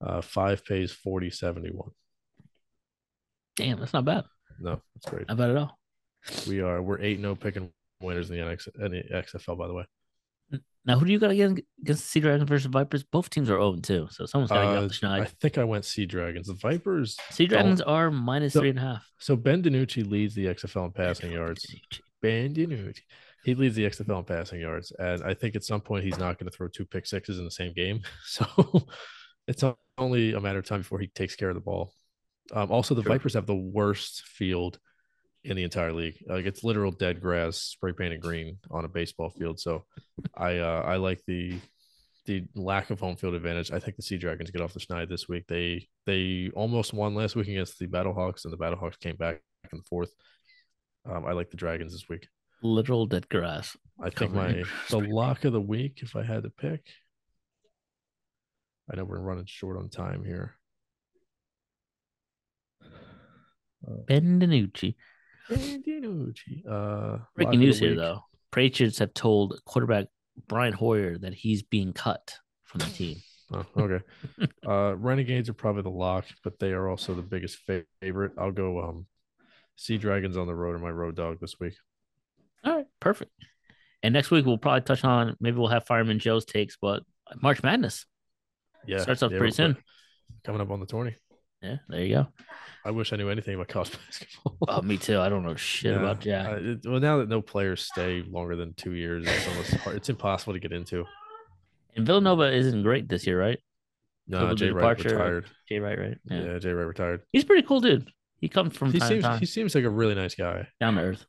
Uh, five pays forty seventy one. Damn, that's not bad. No, that's great. How about it all? We are we're eight no picking winners in the NX, in the XFL. By the way, Now, who do you got again against the Sea Dragons versus Vipers? Both teams are 0 2, so someone's got to get Uh, off the schneid. I think I went Sea Dragons. The Vipers. sea Dragons are minus So- three and a half. So Ben DiNucci leads the XFL in passing yards. Ben DiNucci. He leads the XFL in passing yards, and I think at some point he's not going to throw two pick sixes in the same game. So it's o- only a matter of time before he takes care of the ball. Um, also, the Sure. Vipers have the worst field in the entire league. Like it's literal dead grass, spray painted green on a baseball field. So I uh, I like the the lack of home field advantage. I think the Sea Dragons get off the schneid this week. They they almost won last week against the Battlehawks, and the Battlehawks came back and forth. Um, I like the Dragons this week. Literal dead grass. I think Covering my the spring. lock of the week, if I had to pick. I know we're running short on time here. Ben DiNucci. Bandinucci. Uh, lock of the Breaking news here, week. though. Patriots have told quarterback Brian Hoyer that he's being cut from the team. Oh, okay. uh, Renegades are probably the lock, but they are also the biggest fa- favorite. I'll go um, Sea Dragons on the road and my road dog this week. All right, perfect. And next week we'll probably touch on maybe we'll have Fireman Joe's takes, but March Madness Yeah, starts off yeah, pretty we're soon. Coming up on the tourney. Yeah, there you go. I wish I knew anything about college basketball. Oh, me too. I don't know shit Yeah, about Jack. uh, it- well, now that no players stay longer than two years, it's almost hard. It's impossible to get into. and Villanova isn't great this year, right? No, Double Jay Wright departure. retired. Jay Wright, right? Yeah. Yeah. Jay Wright retired. He's a pretty cool dude. He comes from He time to seems time, he seems like a really nice guy. down to earth.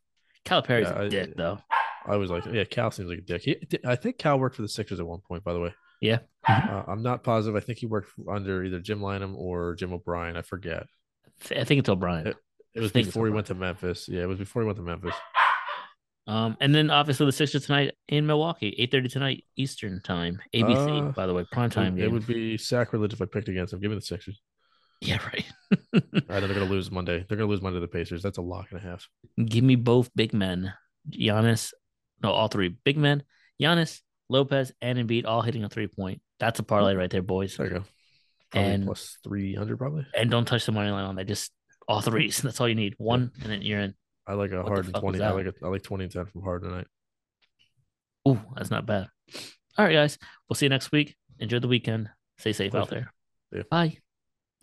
Calipari's Yeah, a I- dick though. I was like, yeah, Cal seems like a dick. He, I think Cal worked for the Sixers at one point, by the way. Yeah. uh, I'm not positive. I think he worked under either Jim Lynam or Jim O'Brien. I forget. I think it's O'Brien. It was think it's before he went to Memphis. Yeah, it was before he went to Memphis. Um, and then obviously the Sixers tonight in Milwaukee, eight thirty tonight Eastern time, ABC. Uh, by the way, prime time It, game. would be sacrilege if I picked against him. Give me the Sixers. Yeah, right. I know they're gonna lose Monday. They're gonna lose Monday to the Pacers. That's a lock and a half. Give me both big men, Giannis. No, all three big men, Giannis, Lopez, and Embiid, all hitting a three point. That's a parlay right there, boys. There you go. Probably And- plus three hundred, probably. And don't touch the money line on that. Just all threes. That's all you need. One, and then you're in. I like a the hard and fuck was twenty. I that? like a, I like twenty and ten from Harden tonight. Ooh, that's not bad. All right, guys. We'll see you next week. Enjoy the weekend. Stay safe out there. Yeah. Bye.